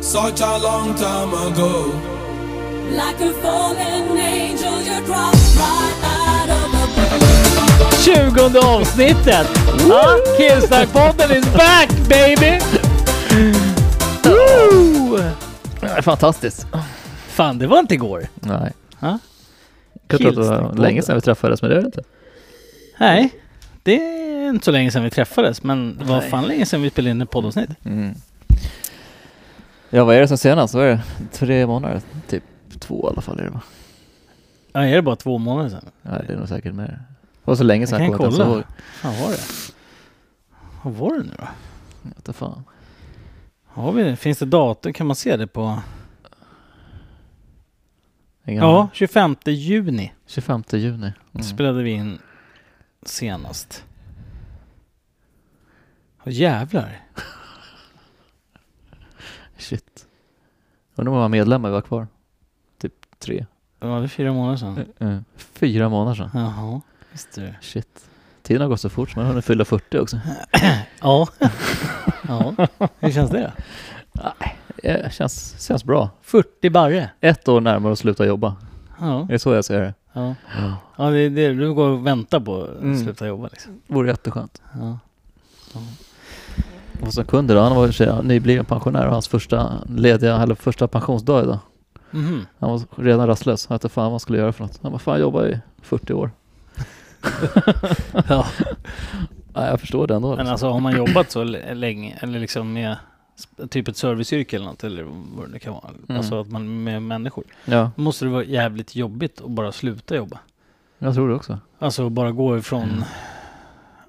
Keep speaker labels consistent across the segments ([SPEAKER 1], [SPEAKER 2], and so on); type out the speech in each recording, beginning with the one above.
[SPEAKER 1] such a long time ago.
[SPEAKER 2] Like a fallen angel, you dropped right out of the blue.
[SPEAKER 3] 20 avsnittet! Ja, Killsnackpodden is back baby! Woo!
[SPEAKER 4] Fantastiskt.
[SPEAKER 3] Fan, det var inte igår.
[SPEAKER 4] Nej.
[SPEAKER 3] Ja.
[SPEAKER 4] Jag trodde det var
[SPEAKER 3] Killsnackpodden.
[SPEAKER 4] länge sedan vi träffades, men det är det inte.
[SPEAKER 3] Nej, det är inte så länge sedan vi träffades, men det var
[SPEAKER 4] Nej.
[SPEAKER 3] fan länge sedan vi spelade in ett poddavsnitt.
[SPEAKER 4] Mm. Ja, vad är det sen senast? Vad är det? Tre månader? Typ två i alla fall är det va?
[SPEAKER 3] Ja, är det bara två månader sedan?
[SPEAKER 4] Nej, det är nog säkert mer. Det var så länge sedan
[SPEAKER 3] Jag kan
[SPEAKER 4] jag, kom inte ens
[SPEAKER 3] kolla.
[SPEAKER 4] ihåg.
[SPEAKER 3] Fan var det? Vad var det nu då?
[SPEAKER 4] Jag vet inte fan.
[SPEAKER 3] Har vi det? Finns det datum? Kan man se det på?
[SPEAKER 4] Ingen
[SPEAKER 3] Ja,
[SPEAKER 4] aning.
[SPEAKER 3] 25 juni
[SPEAKER 4] 25 juni. Mm.
[SPEAKER 3] spelade vi in senast. Åh jävlar.
[SPEAKER 4] Shit. Undrar om man var medlemmar vi var kvar. Typ tre.
[SPEAKER 3] Ja, det är fyra månader sedan.
[SPEAKER 4] Mm. Fyra månader sedan.
[SPEAKER 3] Jaha, just det.
[SPEAKER 4] Shit. Tiden har gått så fort, man har hunnit fylla 40 också.
[SPEAKER 3] Ja. ja. Hur känns det då?
[SPEAKER 4] Det känns, känns bra.
[SPEAKER 3] 40 barre.
[SPEAKER 4] Ett år närmare att sluta jobba.
[SPEAKER 3] Ja.
[SPEAKER 4] Det är så jag ser det.
[SPEAKER 3] Ja, ja det är det du går och väntar på att
[SPEAKER 4] Mm.
[SPEAKER 3] sluta jobba liksom.
[SPEAKER 4] Vore jätteskönt.
[SPEAKER 3] Ja.
[SPEAKER 4] Och så kunde då, han var i och för sig nybliven pensionär och hans första lediga, eller första pensionsdag idag.
[SPEAKER 3] Mhm.
[SPEAKER 4] Han var redan rastlös. Han hette fan vad han skulle göra för något. Han bara, fan jag jobbar i 40 år.
[SPEAKER 3] ja.
[SPEAKER 4] Nej, jag förstår det ändå.
[SPEAKER 3] Men
[SPEAKER 4] liksom.
[SPEAKER 3] alltså har man jobbat så l- länge, eller liksom med sp- typ ett serviceyrke eller något, eller vad det nu kan vara,
[SPEAKER 4] Mm.
[SPEAKER 3] alltså att man med människor,
[SPEAKER 4] Ja,
[SPEAKER 3] då måste det vara jävligt jobbigt att bara sluta jobba.
[SPEAKER 4] jag tror det också.
[SPEAKER 3] Alltså att bara gå ifrån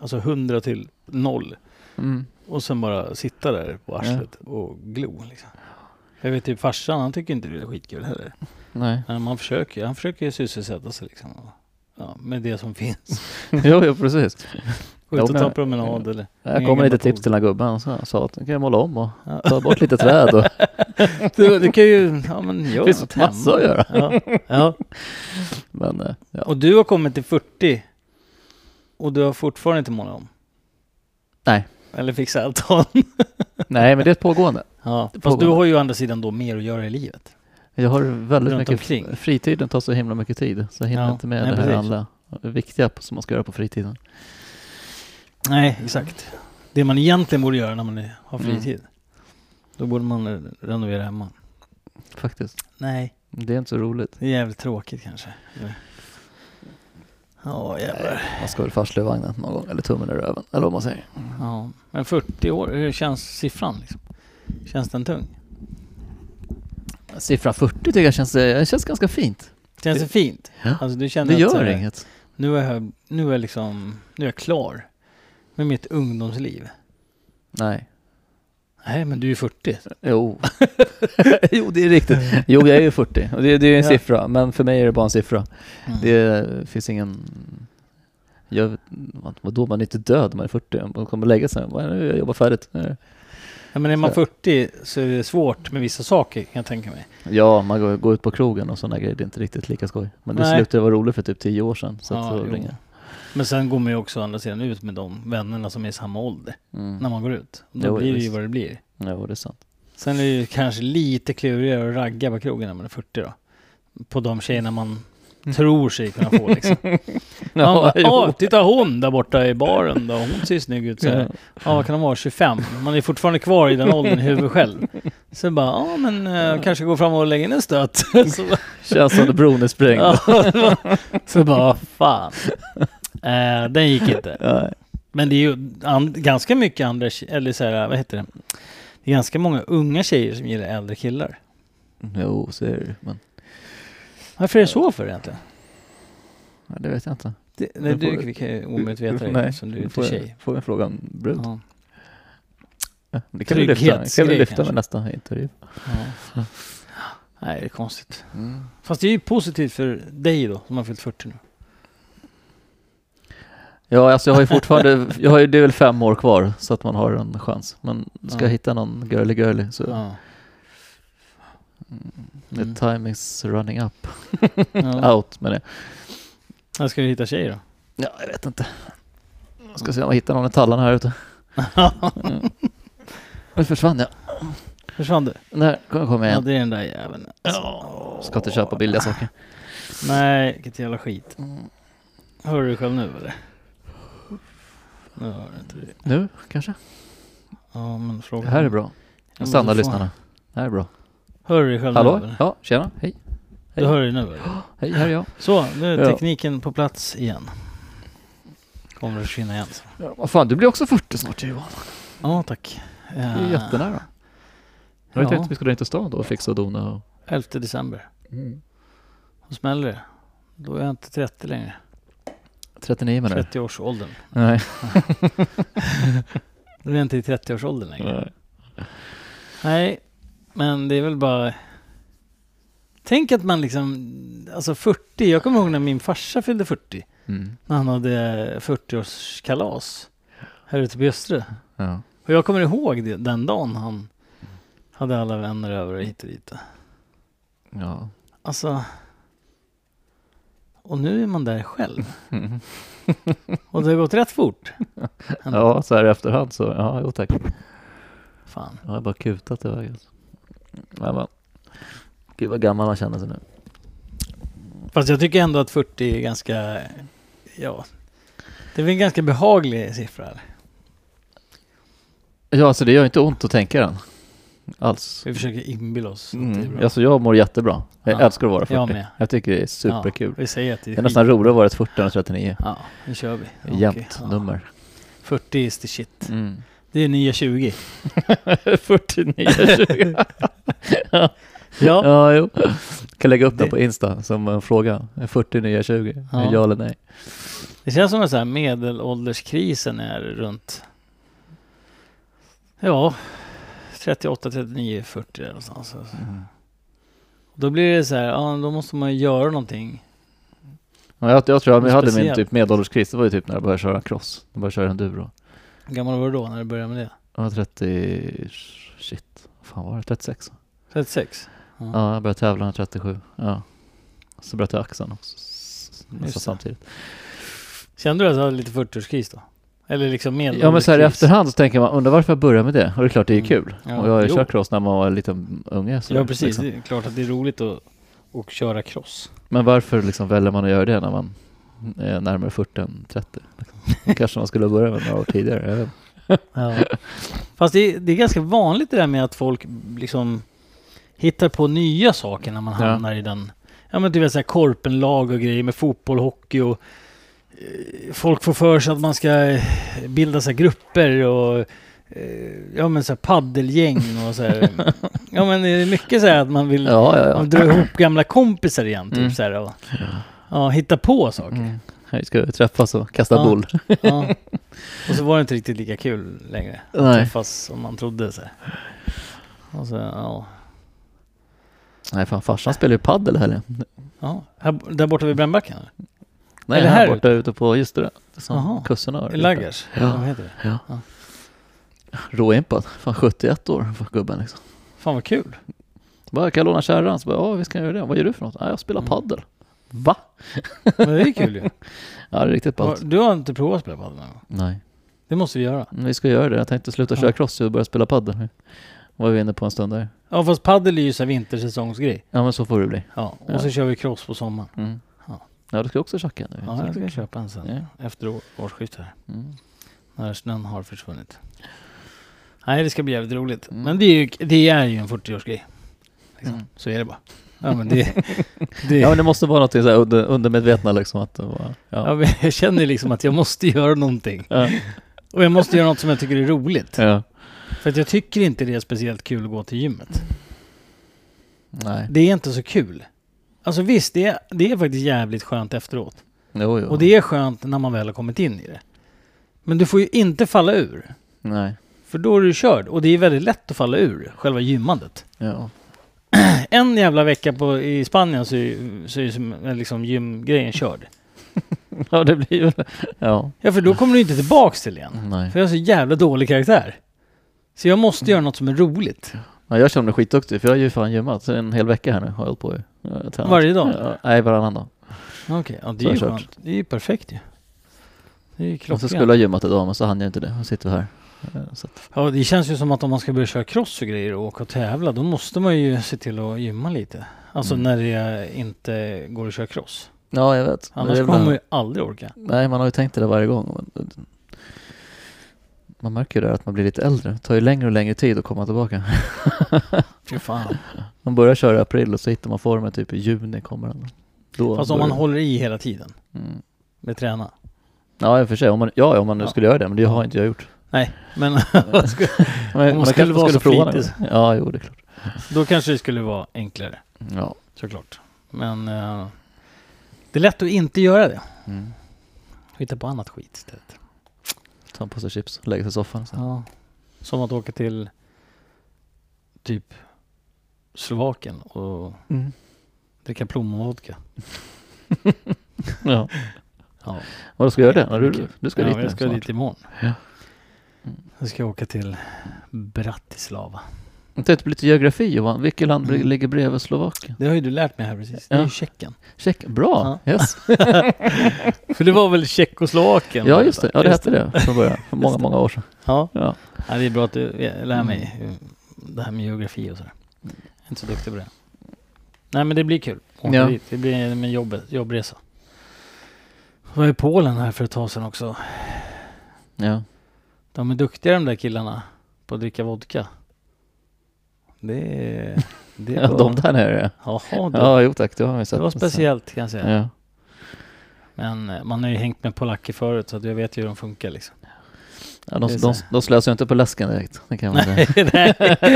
[SPEAKER 3] alltså 100 till noll
[SPEAKER 4] Mm.
[SPEAKER 3] och sen bara sitta där på arslet och glo. Liksom. Jag vet typ farsan, han tycker inte det är skitkul heller.
[SPEAKER 4] Nej.
[SPEAKER 3] Men man försöker, han försöker ju sysselsätta sig liksom. och- Ja, med det som finns.
[SPEAKER 4] jo, jo, precis.
[SPEAKER 3] Gå ut och
[SPEAKER 4] men-
[SPEAKER 3] ta promenad eller
[SPEAKER 4] Jag
[SPEAKER 3] Ingen
[SPEAKER 4] kom
[SPEAKER 3] gammal
[SPEAKER 4] med lite tips
[SPEAKER 3] pool.
[SPEAKER 4] till den här gubben. Så han sa att nu kan jag måla om och ta bort lite träd. Och,
[SPEAKER 3] Du, du kan ju, ja men gör
[SPEAKER 4] det finns
[SPEAKER 3] något
[SPEAKER 4] massor att
[SPEAKER 3] hemma.
[SPEAKER 4] göra.
[SPEAKER 3] Ja, ja.
[SPEAKER 4] Men eh, ja.
[SPEAKER 3] Och du har kommit till 40 och du har fortfarande inte målat om?
[SPEAKER 4] Nej.
[SPEAKER 3] Eller fixat altan?
[SPEAKER 4] Nej, men det är ett pågående.
[SPEAKER 3] Ja, fast
[SPEAKER 4] pågår.
[SPEAKER 3] du har ju å andra sidan då mer att göra i livet.
[SPEAKER 4] Jag har väldigt
[SPEAKER 3] Runt
[SPEAKER 4] mycket,
[SPEAKER 3] omkring.
[SPEAKER 4] fritiden tar så himla mycket tid så jag hinner
[SPEAKER 3] Ja,
[SPEAKER 4] inte med
[SPEAKER 3] nej,
[SPEAKER 4] det här
[SPEAKER 3] precis.
[SPEAKER 4] alla viktiga som man ska göra på fritiden.
[SPEAKER 3] Nej, exakt. Det man egentligen borde göra när man är- har
[SPEAKER 4] Mm.
[SPEAKER 3] fritid. Då borde man eh, renovera hemma.
[SPEAKER 4] Faktiskt.
[SPEAKER 3] Nej,
[SPEAKER 4] Det är inte så roligt.
[SPEAKER 3] det är jävligt tråkigt kanske. Eller- Ja, jävlar.
[SPEAKER 4] Man ska väl fastslå i vagnen någon gång, eller tummen i röven, eller vad man säger.
[SPEAKER 3] Ja. Men 40 år, hur känns siffran liksom? Känns den tung?
[SPEAKER 4] Siffran 40 tycker jag känns, eh, känns ganska fint.
[SPEAKER 3] Känns det,
[SPEAKER 4] Det-
[SPEAKER 3] fint?
[SPEAKER 4] Ja.
[SPEAKER 3] Alltså, du känner
[SPEAKER 4] Det
[SPEAKER 3] att så
[SPEAKER 4] gör
[SPEAKER 3] här-
[SPEAKER 4] inget.
[SPEAKER 3] Nu är jag, nu är jag liksom, nu är jag klar med mitt ungdomsliv.
[SPEAKER 4] Nej.
[SPEAKER 3] Nej, men du är 40.
[SPEAKER 4] Jo. jo, det är riktigt. Jo, jag är ju 40. Och det, det är en
[SPEAKER 3] Ja.
[SPEAKER 4] siffra, men för mig är det bara en siffra.
[SPEAKER 3] Mm.
[SPEAKER 4] Det finns ingen... Jag, vet- vadå, man är inte död när man är 40. Man kommer lägga sig. Man, nu, jag jobbar färdigt. Nu är det-
[SPEAKER 3] ja, men är man
[SPEAKER 4] så-
[SPEAKER 3] 40 så är det svårt med vissa saker kan jag tänka mig.
[SPEAKER 4] Ja, man går, går ut på krogen och sådana grejer. Det är inte riktigt lika skoj. Men det
[SPEAKER 3] Nej.
[SPEAKER 4] slutade vara roligt för typ tio år sedan. Så
[SPEAKER 3] Ja,
[SPEAKER 4] att då
[SPEAKER 3] jo.
[SPEAKER 4] ringer.
[SPEAKER 3] Men sen går man ju också å andra sidan ut med de vännerna som är i samma ålder
[SPEAKER 4] Mm.
[SPEAKER 3] när man går ut. Då
[SPEAKER 4] Jo,
[SPEAKER 3] blir det ju
[SPEAKER 4] visst.
[SPEAKER 3] vad det blir.
[SPEAKER 4] Jo, det är sant.
[SPEAKER 3] Sen är det ju kanske lite klurigare att ragga på krogen när man är 40 då. På de tjejerna man tror sig kunna få liksom. Man bara, "Ah, titta hon där borta i baren då, hon ser snygg ut så här. Ja, vad kan de vara? 25? Man är fortfarande kvar i den åldern i huvudet själv. Så bara, ja men eh, kanske gå fram och lägga in en stöt. så, bara-
[SPEAKER 4] Känns som att bron är sprängd.
[SPEAKER 3] ja, så bara, vad fan. Eh, den gick inte.
[SPEAKER 4] Nej.
[SPEAKER 3] Men det är ju an- ganska mycket andra, tje- eller så här, vad heter det? Det är ganska många unga tjejer som gillar äldre killar.
[SPEAKER 4] Jo, så är det ju, Men
[SPEAKER 3] Varför är det så för egentligen?
[SPEAKER 4] ja, det vet jag inte.
[SPEAKER 3] Det, nej,
[SPEAKER 4] får-
[SPEAKER 3] du kan ju omöjligt veta det
[SPEAKER 4] Nej,
[SPEAKER 3] eftersom du är
[SPEAKER 4] får
[SPEAKER 3] inte
[SPEAKER 4] jag-
[SPEAKER 3] tjej.
[SPEAKER 4] Får jag en fråga om brud?
[SPEAKER 3] Ja,
[SPEAKER 4] Ja. Det kan vi lyfta, det kan vi
[SPEAKER 3] Trygghetsgrej
[SPEAKER 4] lyfta
[SPEAKER 3] kanske.
[SPEAKER 4] med nästa intervju.
[SPEAKER 3] ja. Mm. Nej, det är konstigt. Fast det är ju positivt för dig då, som har fyllt 40 nu.
[SPEAKER 4] Ja, alltså jag har ju fortfarande, jag har ju, det är väl fem år kvar så att man har en chans. Men ska
[SPEAKER 3] Ja.
[SPEAKER 4] jag hitta någon girly girly så
[SPEAKER 3] Ja. Mm.
[SPEAKER 4] the time is running up,
[SPEAKER 3] Ja.
[SPEAKER 4] out med det.
[SPEAKER 3] Här ska vi hitta tjejer då.
[SPEAKER 4] Ja, jag vet inte. Jag ska se om jag hittar någon i tallarna här ute. Nu försvann jag.
[SPEAKER 3] Försvann du?
[SPEAKER 4] När kommer jag komma
[SPEAKER 3] Ja,
[SPEAKER 4] igen?
[SPEAKER 3] det är den där jäveln.
[SPEAKER 4] Ska inte köpa billiga saker.
[SPEAKER 3] Nej, vilket jävla skit. Hör du själv nu eller? Nu hör du inte det.
[SPEAKER 4] Nu kanske?
[SPEAKER 3] Ja, men fråga.
[SPEAKER 4] Det här är bra.
[SPEAKER 3] Ja, men
[SPEAKER 4] Stanna
[SPEAKER 3] du får-
[SPEAKER 4] lyssnarna. Det här är bra.
[SPEAKER 3] Hör du själv nu
[SPEAKER 4] Hallå?
[SPEAKER 3] eller?
[SPEAKER 4] Ja, tjena. Hej.
[SPEAKER 3] Du hör ju nu eller?
[SPEAKER 4] Hej, här är jag.
[SPEAKER 3] Så, nu är
[SPEAKER 4] Ja.
[SPEAKER 3] tekniken på plats igen. Kommer att försvinna igen. så.
[SPEAKER 4] Ja, vad fan, du blir också 40 snart Johan.
[SPEAKER 3] Ja, tack. Eh,
[SPEAKER 4] Det är ju jättenära. Jag
[SPEAKER 3] Ja.
[SPEAKER 4] tänkte att vi skulle dra in till stan då och fixa och dona och... Mm.
[SPEAKER 3] 11 december. Då smäller det. Då är jag inte 30 längre.
[SPEAKER 4] 39 menar du?
[SPEAKER 3] 30-årsåldern.
[SPEAKER 4] Nej.
[SPEAKER 3] Då är jag inte i 30-årsåldern längre.
[SPEAKER 4] Nej.
[SPEAKER 3] Nej, men det är väl bara... Tänk att man liksom... Alltså 40. Jag kommer ihåg när min farsa fyllde 40.
[SPEAKER 4] Mm.
[SPEAKER 3] När han hade 40-årskalas. Här ute på Östre.
[SPEAKER 4] Ja.
[SPEAKER 3] Och jag kommer ihåg det, den dagen han hade alla vänner över och hit och dit.
[SPEAKER 4] Ja.
[SPEAKER 3] Alltså... Och nu är man där själv. Och det har gått rätt fort.
[SPEAKER 4] ja, så här i efterhand så, ja, jo tack.
[SPEAKER 3] Fan.
[SPEAKER 4] Jag har bara kutat iväg alltså. Nej, men. Gud vad gammal man känner sig nu.
[SPEAKER 3] Fast jag tycker ändå att 40 är ganska... Ja. Det är väl en ganska behaglig siffra. eller?
[SPEAKER 4] Ja, alltså det gör inte ont att tänka den. Alls.
[SPEAKER 3] Vi försöker inbilla oss att det är
[SPEAKER 4] Mm.
[SPEAKER 3] bra.
[SPEAKER 4] Alltså jag mår jättebra. Jag
[SPEAKER 3] Ja.
[SPEAKER 4] älskar att vara 40.
[SPEAKER 3] Jag
[SPEAKER 4] Jag,
[SPEAKER 3] med.
[SPEAKER 4] tycker det är superkul.
[SPEAKER 3] Ja, vi säger att det är,
[SPEAKER 4] det är nästan
[SPEAKER 3] skit.
[SPEAKER 4] roligare att vara ett 40 än ett 39.
[SPEAKER 3] Ja, nu kör vi. Okej,
[SPEAKER 4] Jämnt
[SPEAKER 3] ja.
[SPEAKER 4] nummer.
[SPEAKER 3] 40 is the shit.
[SPEAKER 4] Mm.
[SPEAKER 3] Det är nya 20.
[SPEAKER 4] 49 20.
[SPEAKER 3] Ja.
[SPEAKER 4] ja, jo. Kan lägga upp
[SPEAKER 3] Det-
[SPEAKER 4] den på Insta som en fråga. 40 nya 20.
[SPEAKER 3] Ja.
[SPEAKER 4] Ja, ja eller nej.
[SPEAKER 3] Det känns som att så här medelålderskrisen är runt... Ja, 38, 39, 40 där någonstans. Alltså.
[SPEAKER 4] Mm.
[SPEAKER 3] Då blir det så här, ja, då måste man ju göra någonting.
[SPEAKER 4] Ja, jag, jag tror jag, men jag hade min
[SPEAKER 3] Speciellt.
[SPEAKER 4] typ medelålderskris. Det var ju typ när jag började köra cross. Jag började köra enduro.
[SPEAKER 3] Hur gammal var du då när du började med det?
[SPEAKER 4] Jag var 30... Shit. Vad fan var det? 36?
[SPEAKER 3] 36?
[SPEAKER 4] Ja, jag började tävla när jag var 37. Ja. Så bröt jag axeln också. s-
[SPEAKER 3] Just
[SPEAKER 4] Nästan
[SPEAKER 3] det.
[SPEAKER 4] samtidigt.
[SPEAKER 3] Kände du att du hade lite 40-årskris då? Eller liksom medelålderskris?
[SPEAKER 4] Ja men så här i efterhand så tänker man, undrar varför jag började med det? Och det är klart det är
[SPEAKER 3] Mm.
[SPEAKER 4] kul.
[SPEAKER 3] Ja,
[SPEAKER 4] och jag har ju
[SPEAKER 3] jo.
[SPEAKER 4] kört cross när man var en liten unge. Så
[SPEAKER 3] Ja precis,
[SPEAKER 4] liksom.
[SPEAKER 3] det är klart att det är roligt att, att köra cross.
[SPEAKER 4] Men varför liksom väljer man att göra det när man är närmare 40 än 30? Liksom? Då kanske man skulle börja med några år tidigare. jag vet inte.
[SPEAKER 3] Ja. Fast det är, det är ganska vanligt det där med att folk liksom hittar på nya saker när man
[SPEAKER 4] Ja.
[SPEAKER 3] hamnar i den. Ja men du vet såhär korpenlag och grejer med fotboll, hockey och eh, folk får för sig att man ska eh, bilda sig grupper och eh, ja men såhär paddelgäng och såhär. ja men det är mycket såhär att man vill
[SPEAKER 4] Ja, ja, ja.
[SPEAKER 3] man drar ihop gamla kompisar igen typ
[SPEAKER 4] Mm.
[SPEAKER 3] såhär. Och, ja, hitta på saker.
[SPEAKER 4] Mm. Här ska vi träffas och kasta
[SPEAKER 3] Ja.
[SPEAKER 4] boll.
[SPEAKER 3] Ja. Och så var det inte riktigt lika kul längre. Att
[SPEAKER 4] Nej.
[SPEAKER 3] träffas som man trodde. Så. här. Och så, ja.
[SPEAKER 4] Nej fan, farsan spelar ju padel i helgen.
[SPEAKER 3] ja. Här, där borta vid Brännbacken? eller?
[SPEAKER 4] Nej,
[SPEAKER 3] Eller
[SPEAKER 4] här,
[SPEAKER 3] här
[SPEAKER 4] borta ute på, just det där.
[SPEAKER 3] Jaha.
[SPEAKER 4] Som kusserna har.
[SPEAKER 3] I Laggers?
[SPEAKER 4] Ja.
[SPEAKER 3] Vad heter det?
[SPEAKER 4] Råimpad. Fan 71 år för gubben liksom.
[SPEAKER 3] Fan vad kul.
[SPEAKER 4] Bara, kan jag låna kärran? Så bara, ja visst kan jag göra det. Vad gör du för något? Ja, jag spelar
[SPEAKER 3] Mm.
[SPEAKER 4] paddel. Va?
[SPEAKER 3] Men det är kul ju.
[SPEAKER 4] Ja, det är riktigt
[SPEAKER 3] Har-
[SPEAKER 4] ballt.
[SPEAKER 3] Du har inte provat att spela padel någon gång?
[SPEAKER 4] Nej,
[SPEAKER 3] Det måste vi göra.
[SPEAKER 4] men vi ska göra det. Jag tänkte sluta
[SPEAKER 3] Ja.
[SPEAKER 4] köra cross och börja spela paddel. nu. Var vi inne på en stund där.
[SPEAKER 3] Ja fast padel är ju så här vintersäsongsgrej.
[SPEAKER 4] Ja, men så får det bli.
[SPEAKER 3] Ja. Och
[SPEAKER 4] Ja.
[SPEAKER 3] så kör vi cross på sommaren.
[SPEAKER 4] Mm.
[SPEAKER 3] Ja.
[SPEAKER 4] Ja, du ska också tjacka nu.
[SPEAKER 3] Ja, jag ska köpa en sen.
[SPEAKER 4] Ja.
[SPEAKER 3] Efter år- årsskiftet här.
[SPEAKER 4] Mm.
[SPEAKER 3] När snön har försvunnit. Nej det ska bli jävligt roligt.
[SPEAKER 4] Mm.
[SPEAKER 3] Men det är ju, det är ju en 40-årsgrej. Liksom.
[SPEAKER 4] Mm.
[SPEAKER 3] Så är det bara. Ja men det... det
[SPEAKER 4] Ja, men det måste vara någonting så här under, undermedvetna liksom. Att det var,
[SPEAKER 3] Ja,
[SPEAKER 4] ja.
[SPEAKER 3] men jag känner liksom att jag måste göra någonting.
[SPEAKER 4] Ja.
[SPEAKER 3] Och jag måste göra något som jag tycker är roligt.
[SPEAKER 4] ja.
[SPEAKER 3] För att jag tycker inte det är speciellt kul att gå till gymmet.
[SPEAKER 4] Nej.
[SPEAKER 3] Det är inte så kul. Alltså visst, det är, det är faktiskt jävligt skönt efteråt.
[SPEAKER 4] Jo, jo.
[SPEAKER 3] Och det är skönt när man väl har kommit in i det. Men du får ju inte falla ur.
[SPEAKER 4] Nej.
[SPEAKER 3] För då är du körd. Och det är väldigt lätt att falla ur, själva gymmandet.
[SPEAKER 4] Ja.
[SPEAKER 3] En jävla vecka på, i Spanien så är ju så är ju som- liksom gymgrejen körd.
[SPEAKER 4] ja, det blir ju... Ja.
[SPEAKER 3] Ja, för då kommer du inte tillbaks till det igen.
[SPEAKER 4] Nej.
[SPEAKER 3] För jag har så jävla dålig karaktär. Så jag måste göra något som är roligt.
[SPEAKER 4] Ja, jag känner mig skitduktig för jag har ju fan gymmat så en hel vecka här nu har jag hållit på ju. Jag har tränat.
[SPEAKER 3] Varje dag?
[SPEAKER 4] Ja, nej, varannan dag.
[SPEAKER 3] Okej, ja, det
[SPEAKER 4] Så
[SPEAKER 3] är ju
[SPEAKER 4] jag kört. Alltså,
[SPEAKER 3] skönt. Det är ju perfekt ju. Det är ju
[SPEAKER 4] Och så
[SPEAKER 3] klockrent.
[SPEAKER 4] skulle jag gymmat idag men så hann jag inte det. Och sitter vi här. Eh, Så att,
[SPEAKER 3] Ja, det känns ju som att om man ska börja köra cross och grejer och åka och tävla, då måste man ju se till att gymma lite. Alltså
[SPEAKER 4] Mm.
[SPEAKER 3] när det inte går att köra cross.
[SPEAKER 4] ja, jag vet. Men
[SPEAKER 3] Annars
[SPEAKER 4] det är väl
[SPEAKER 3] kommer
[SPEAKER 4] en-
[SPEAKER 3] man ju aldrig orka.
[SPEAKER 4] Nej, man har ju tänkt det där varje gång. Men- Man märker ju där att man blir lite äldre. Det tar ju längre och längre tid att komma tillbaka.
[SPEAKER 3] Fy fan.
[SPEAKER 4] Man börjar köra i april och så hittar man formen typ i juni kommer den. Då
[SPEAKER 3] Fast om man
[SPEAKER 4] börjar-
[SPEAKER 3] håller i hela tiden
[SPEAKER 4] Mm.
[SPEAKER 3] med träna.
[SPEAKER 4] Ja, i och för sig. Om man, ja, ja, om man nu
[SPEAKER 3] Ja.
[SPEAKER 4] skulle göra det, men det har inte jag gjort.
[SPEAKER 3] Nej, men
[SPEAKER 4] Men,
[SPEAKER 3] skulle
[SPEAKER 4] kanske
[SPEAKER 3] vara så
[SPEAKER 4] prova
[SPEAKER 3] flitig.
[SPEAKER 4] det. Ja, jo, det är klart.
[SPEAKER 3] då kanske det skulle vara enklare.
[SPEAKER 4] Ja.
[SPEAKER 3] Såklart. Men eh, det är lätt att inte göra det.
[SPEAKER 4] Mm.
[SPEAKER 3] Hitta på annat skit istället.
[SPEAKER 4] Ta en påse chips och lägga sig i soffan. Så.
[SPEAKER 3] Ja. Som att åka till typ Slovakien och
[SPEAKER 4] Mm.
[SPEAKER 3] dricka plommonvodka.
[SPEAKER 4] Ja.
[SPEAKER 3] Ja.
[SPEAKER 4] Vadå, ska jag göra det? Ja, du, du ska
[SPEAKER 3] ja,
[SPEAKER 4] dit
[SPEAKER 3] jag
[SPEAKER 4] nu
[SPEAKER 3] ska
[SPEAKER 4] snart.
[SPEAKER 3] dit imorgon.
[SPEAKER 4] Ja. Mm.
[SPEAKER 3] Jag ska åka till Bratislava.
[SPEAKER 4] Jag tänkte på lite geografi Johan. Vilket land
[SPEAKER 3] Mm.
[SPEAKER 4] ligger bredvid Slovakien?
[SPEAKER 3] Det har ju du lärt mig här precis. Det är
[SPEAKER 4] Ja.
[SPEAKER 3] ju Tjeckien.
[SPEAKER 4] Check. Bra! Yes.
[SPEAKER 3] För det var väl Tjeckoslovakien?
[SPEAKER 4] Ja, just det. Ja, det hette det från början. För många, många år sedan.
[SPEAKER 3] Ja.
[SPEAKER 4] Ja.
[SPEAKER 3] ja, det är bra att du lär mig hur- det här med geografi och sådär. Jag är inte så duktig på det. Nej, men det blir kul. Åka
[SPEAKER 4] Ja.
[SPEAKER 3] dit. Det blir en jobbet, jobbresa. Jag var i Polen här för ett tag sedan också.
[SPEAKER 4] Ja.
[SPEAKER 3] De är duktiga de där killarna på att dricka vodka. Det är... Det
[SPEAKER 4] ja,
[SPEAKER 3] var-
[SPEAKER 4] de där nere.
[SPEAKER 3] Jaha, det,
[SPEAKER 4] Ja, jo tack, det har vi sett.
[SPEAKER 3] det var speciellt kan jag säga.
[SPEAKER 4] Ja.
[SPEAKER 3] Men eh, man har ju hängt med polacker förut så att jag vet ju hur de funkar liksom.
[SPEAKER 4] Ja,
[SPEAKER 3] Det
[SPEAKER 4] de,
[SPEAKER 3] är
[SPEAKER 4] de,
[SPEAKER 3] så.
[SPEAKER 4] de slösar ju inte på läsken direkt. Det kan man säga.
[SPEAKER 3] nej,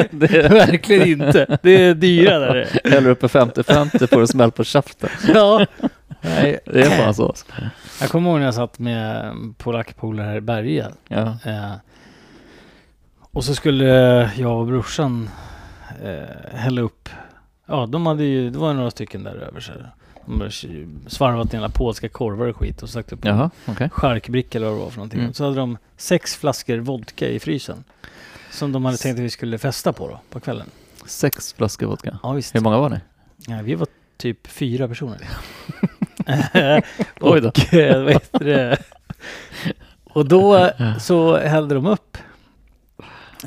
[SPEAKER 3] verkligen inte. Det är dyra där. det.
[SPEAKER 4] Häller uppe 50-50 får du smäll på käften.
[SPEAKER 3] Ja. Nej,
[SPEAKER 4] Det är fan så.
[SPEAKER 3] Jag kommer ihåg när jag satt med en polackpolare här i Berga.
[SPEAKER 4] Ja.
[SPEAKER 3] Eh, och så skulle jag och brorsan eh, hälla upp. Ja, de hade ju, det var några stycken där över så här. De hade svarvat ena polska korvar och skit och sagt upp
[SPEAKER 4] Jaha, okej.
[SPEAKER 3] charkbricka eller vad det var för någonting.
[SPEAKER 4] Mm.
[SPEAKER 3] Så hade de sex flaskor vodka i frysen. Som de hade tänkt att vi skulle festa på då, på kvällen.
[SPEAKER 4] Sex flaskor vodka.
[SPEAKER 3] Ja visst.
[SPEAKER 4] Hur många var ni?
[SPEAKER 3] Ja, vi var typ fyra personer.
[SPEAKER 4] Oj då.
[SPEAKER 3] Och, eh, vad heter det? Och då så hällde de upp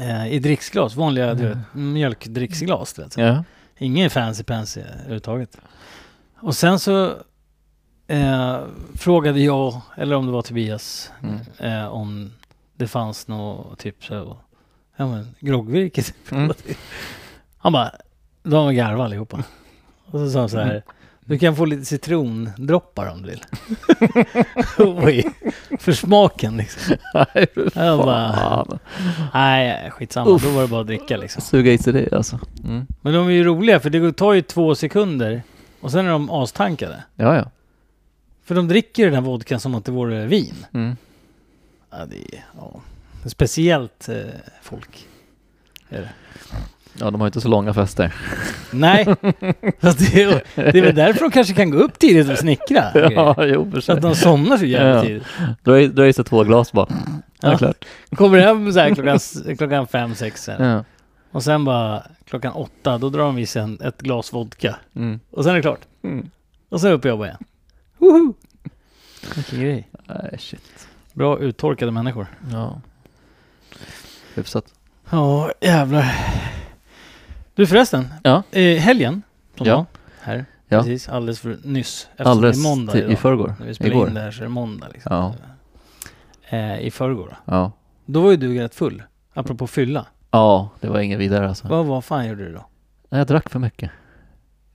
[SPEAKER 3] eh, i dricksglas, vanliga du vet, mjölkdricksglas. Du vet.
[SPEAKER 4] Ja.
[SPEAKER 3] Ingen fancy pansy överhuvudtaget. Och sen så eh, frågade jag, eller om det var Tobias,
[SPEAKER 4] Mm.
[SPEAKER 3] eh, om det fanns något typ så här, ja men groggvirke. typ.
[SPEAKER 4] Mm.
[SPEAKER 3] Han bara, de garvade allihopa. Och så sa han så
[SPEAKER 4] Mm.
[SPEAKER 3] här, du kan få lite citrondroppar om du vill. Oj, för smaken liksom.
[SPEAKER 4] Nej, fy
[SPEAKER 3] Jag bara-
[SPEAKER 4] fan.
[SPEAKER 3] Nej, skitsamma,
[SPEAKER 4] Uff.
[SPEAKER 3] då var det bara att dricka liksom.
[SPEAKER 4] Suga i sig det alltså. Mm.
[SPEAKER 3] Men de är ju roliga för det tar ju två sekunder och sen är de astankade.
[SPEAKER 4] Ja, ja.
[SPEAKER 3] För de dricker ju den här vodkan som att det vore vin.
[SPEAKER 4] Mm.
[SPEAKER 3] Ja, det är ja. speciellt eh, folk. Är det.
[SPEAKER 4] Ja, de har ju inte så långa fester.
[SPEAKER 3] Nej, fast det, är- det är väl därför de kanske kan gå upp tidigt och snickra.
[SPEAKER 4] Ja, jo för
[SPEAKER 3] Så
[SPEAKER 4] sig.
[SPEAKER 3] att de somnar så jävla
[SPEAKER 4] Ja.
[SPEAKER 3] tidigt.
[SPEAKER 4] Dra i- dra i sig två glas bara. Ja,
[SPEAKER 3] Ja.
[SPEAKER 4] klart.
[SPEAKER 3] Kommer hem så här klockan, s- klockan fem, sex sen.
[SPEAKER 4] Ja.
[SPEAKER 3] Och sen bara klockan åtta, då drar de i sig en- ett glas vodka.
[SPEAKER 4] Mm.
[SPEAKER 3] Och sen är det klart.
[SPEAKER 4] Mm.
[SPEAKER 3] Och sen upp och jobba igen. Woho! Vilken grej.
[SPEAKER 4] Nej, shit.
[SPEAKER 3] Bra uttorkade människor.
[SPEAKER 4] Ja. Hyfsat.
[SPEAKER 3] Ja, jävlar. Du förresten,
[SPEAKER 4] Ja.
[SPEAKER 3] eh, helgen som
[SPEAKER 4] Ja.
[SPEAKER 3] var här
[SPEAKER 4] Ja.
[SPEAKER 3] precis alldeles för nyss. Eftersom
[SPEAKER 4] Alldeles
[SPEAKER 3] det är måndag
[SPEAKER 4] till,
[SPEAKER 3] idag.
[SPEAKER 4] i förrgår.
[SPEAKER 3] När vi spelar
[SPEAKER 4] Igår.
[SPEAKER 3] in det här så är det måndag. Liksom.
[SPEAKER 4] Ja.
[SPEAKER 3] Eh, I förrgår. då.
[SPEAKER 4] Ja.
[SPEAKER 3] Då var ju du rätt full. Apropå fylla.
[SPEAKER 4] ja, det var inget vidare alltså.
[SPEAKER 3] Vad, vad fan gjorde du då?
[SPEAKER 4] Nej, Jag drack för mycket.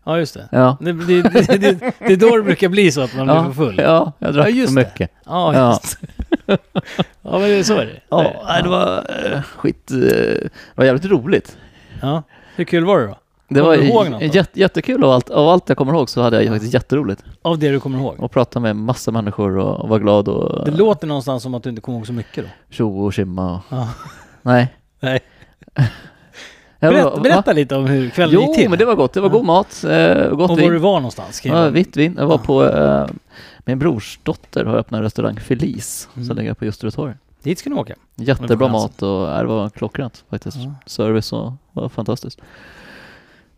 [SPEAKER 3] Ja, just det.
[SPEAKER 4] Ja.
[SPEAKER 3] Det, det, det, det, det är då det brukar bli så att man blir
[SPEAKER 4] ja.
[SPEAKER 3] för full. Ja,
[SPEAKER 4] Ja, jag drack
[SPEAKER 3] Ja, just
[SPEAKER 4] för
[SPEAKER 3] det.
[SPEAKER 4] mycket.
[SPEAKER 3] ja. just Ja, men det är så är det.
[SPEAKER 4] Ja, nej, det var eh, skit... eh, Det var jävligt roligt.
[SPEAKER 3] Ja. Hur kul var det då?
[SPEAKER 4] Det
[SPEAKER 3] Kommer
[SPEAKER 4] var
[SPEAKER 3] du ihåg något
[SPEAKER 4] j-
[SPEAKER 3] då?
[SPEAKER 4] jätte, jättekul av allt, av allt jag kommer ihåg så hade jag faktiskt jätteroligt.
[SPEAKER 3] Av det du kommer ihåg?
[SPEAKER 4] Och pratade med massa människor och var glad och
[SPEAKER 3] Det låter någonstans som att du inte kommer ihåg så mycket då.
[SPEAKER 4] tjo och tjimma och...
[SPEAKER 3] Ja.
[SPEAKER 4] Nej.
[SPEAKER 3] Nej.
[SPEAKER 4] Jag
[SPEAKER 3] Berätta,
[SPEAKER 4] var- va?
[SPEAKER 3] berätta lite om hur kvällen
[SPEAKER 4] Jo,
[SPEAKER 3] gick till.
[SPEAKER 4] men det var gott. Det var god mat, eh,
[SPEAKER 3] och
[SPEAKER 4] gott
[SPEAKER 3] var du
[SPEAKER 4] vin.
[SPEAKER 3] var någonstans? Kan
[SPEAKER 4] Ja,
[SPEAKER 3] jag...
[SPEAKER 4] vitt vin. Jag var
[SPEAKER 3] Ja.
[SPEAKER 4] på... Eh, min brors dotter har öppnat en restaurang, Felice,
[SPEAKER 3] Mm.
[SPEAKER 4] som ligger på Ljusterö torg.
[SPEAKER 3] Dit ska ni åka.
[SPEAKER 4] Jättebra
[SPEAKER 3] Men på
[SPEAKER 4] mat och ja, det var klockrent faktiskt.
[SPEAKER 3] Ja.
[SPEAKER 4] Service och var fantastiskt.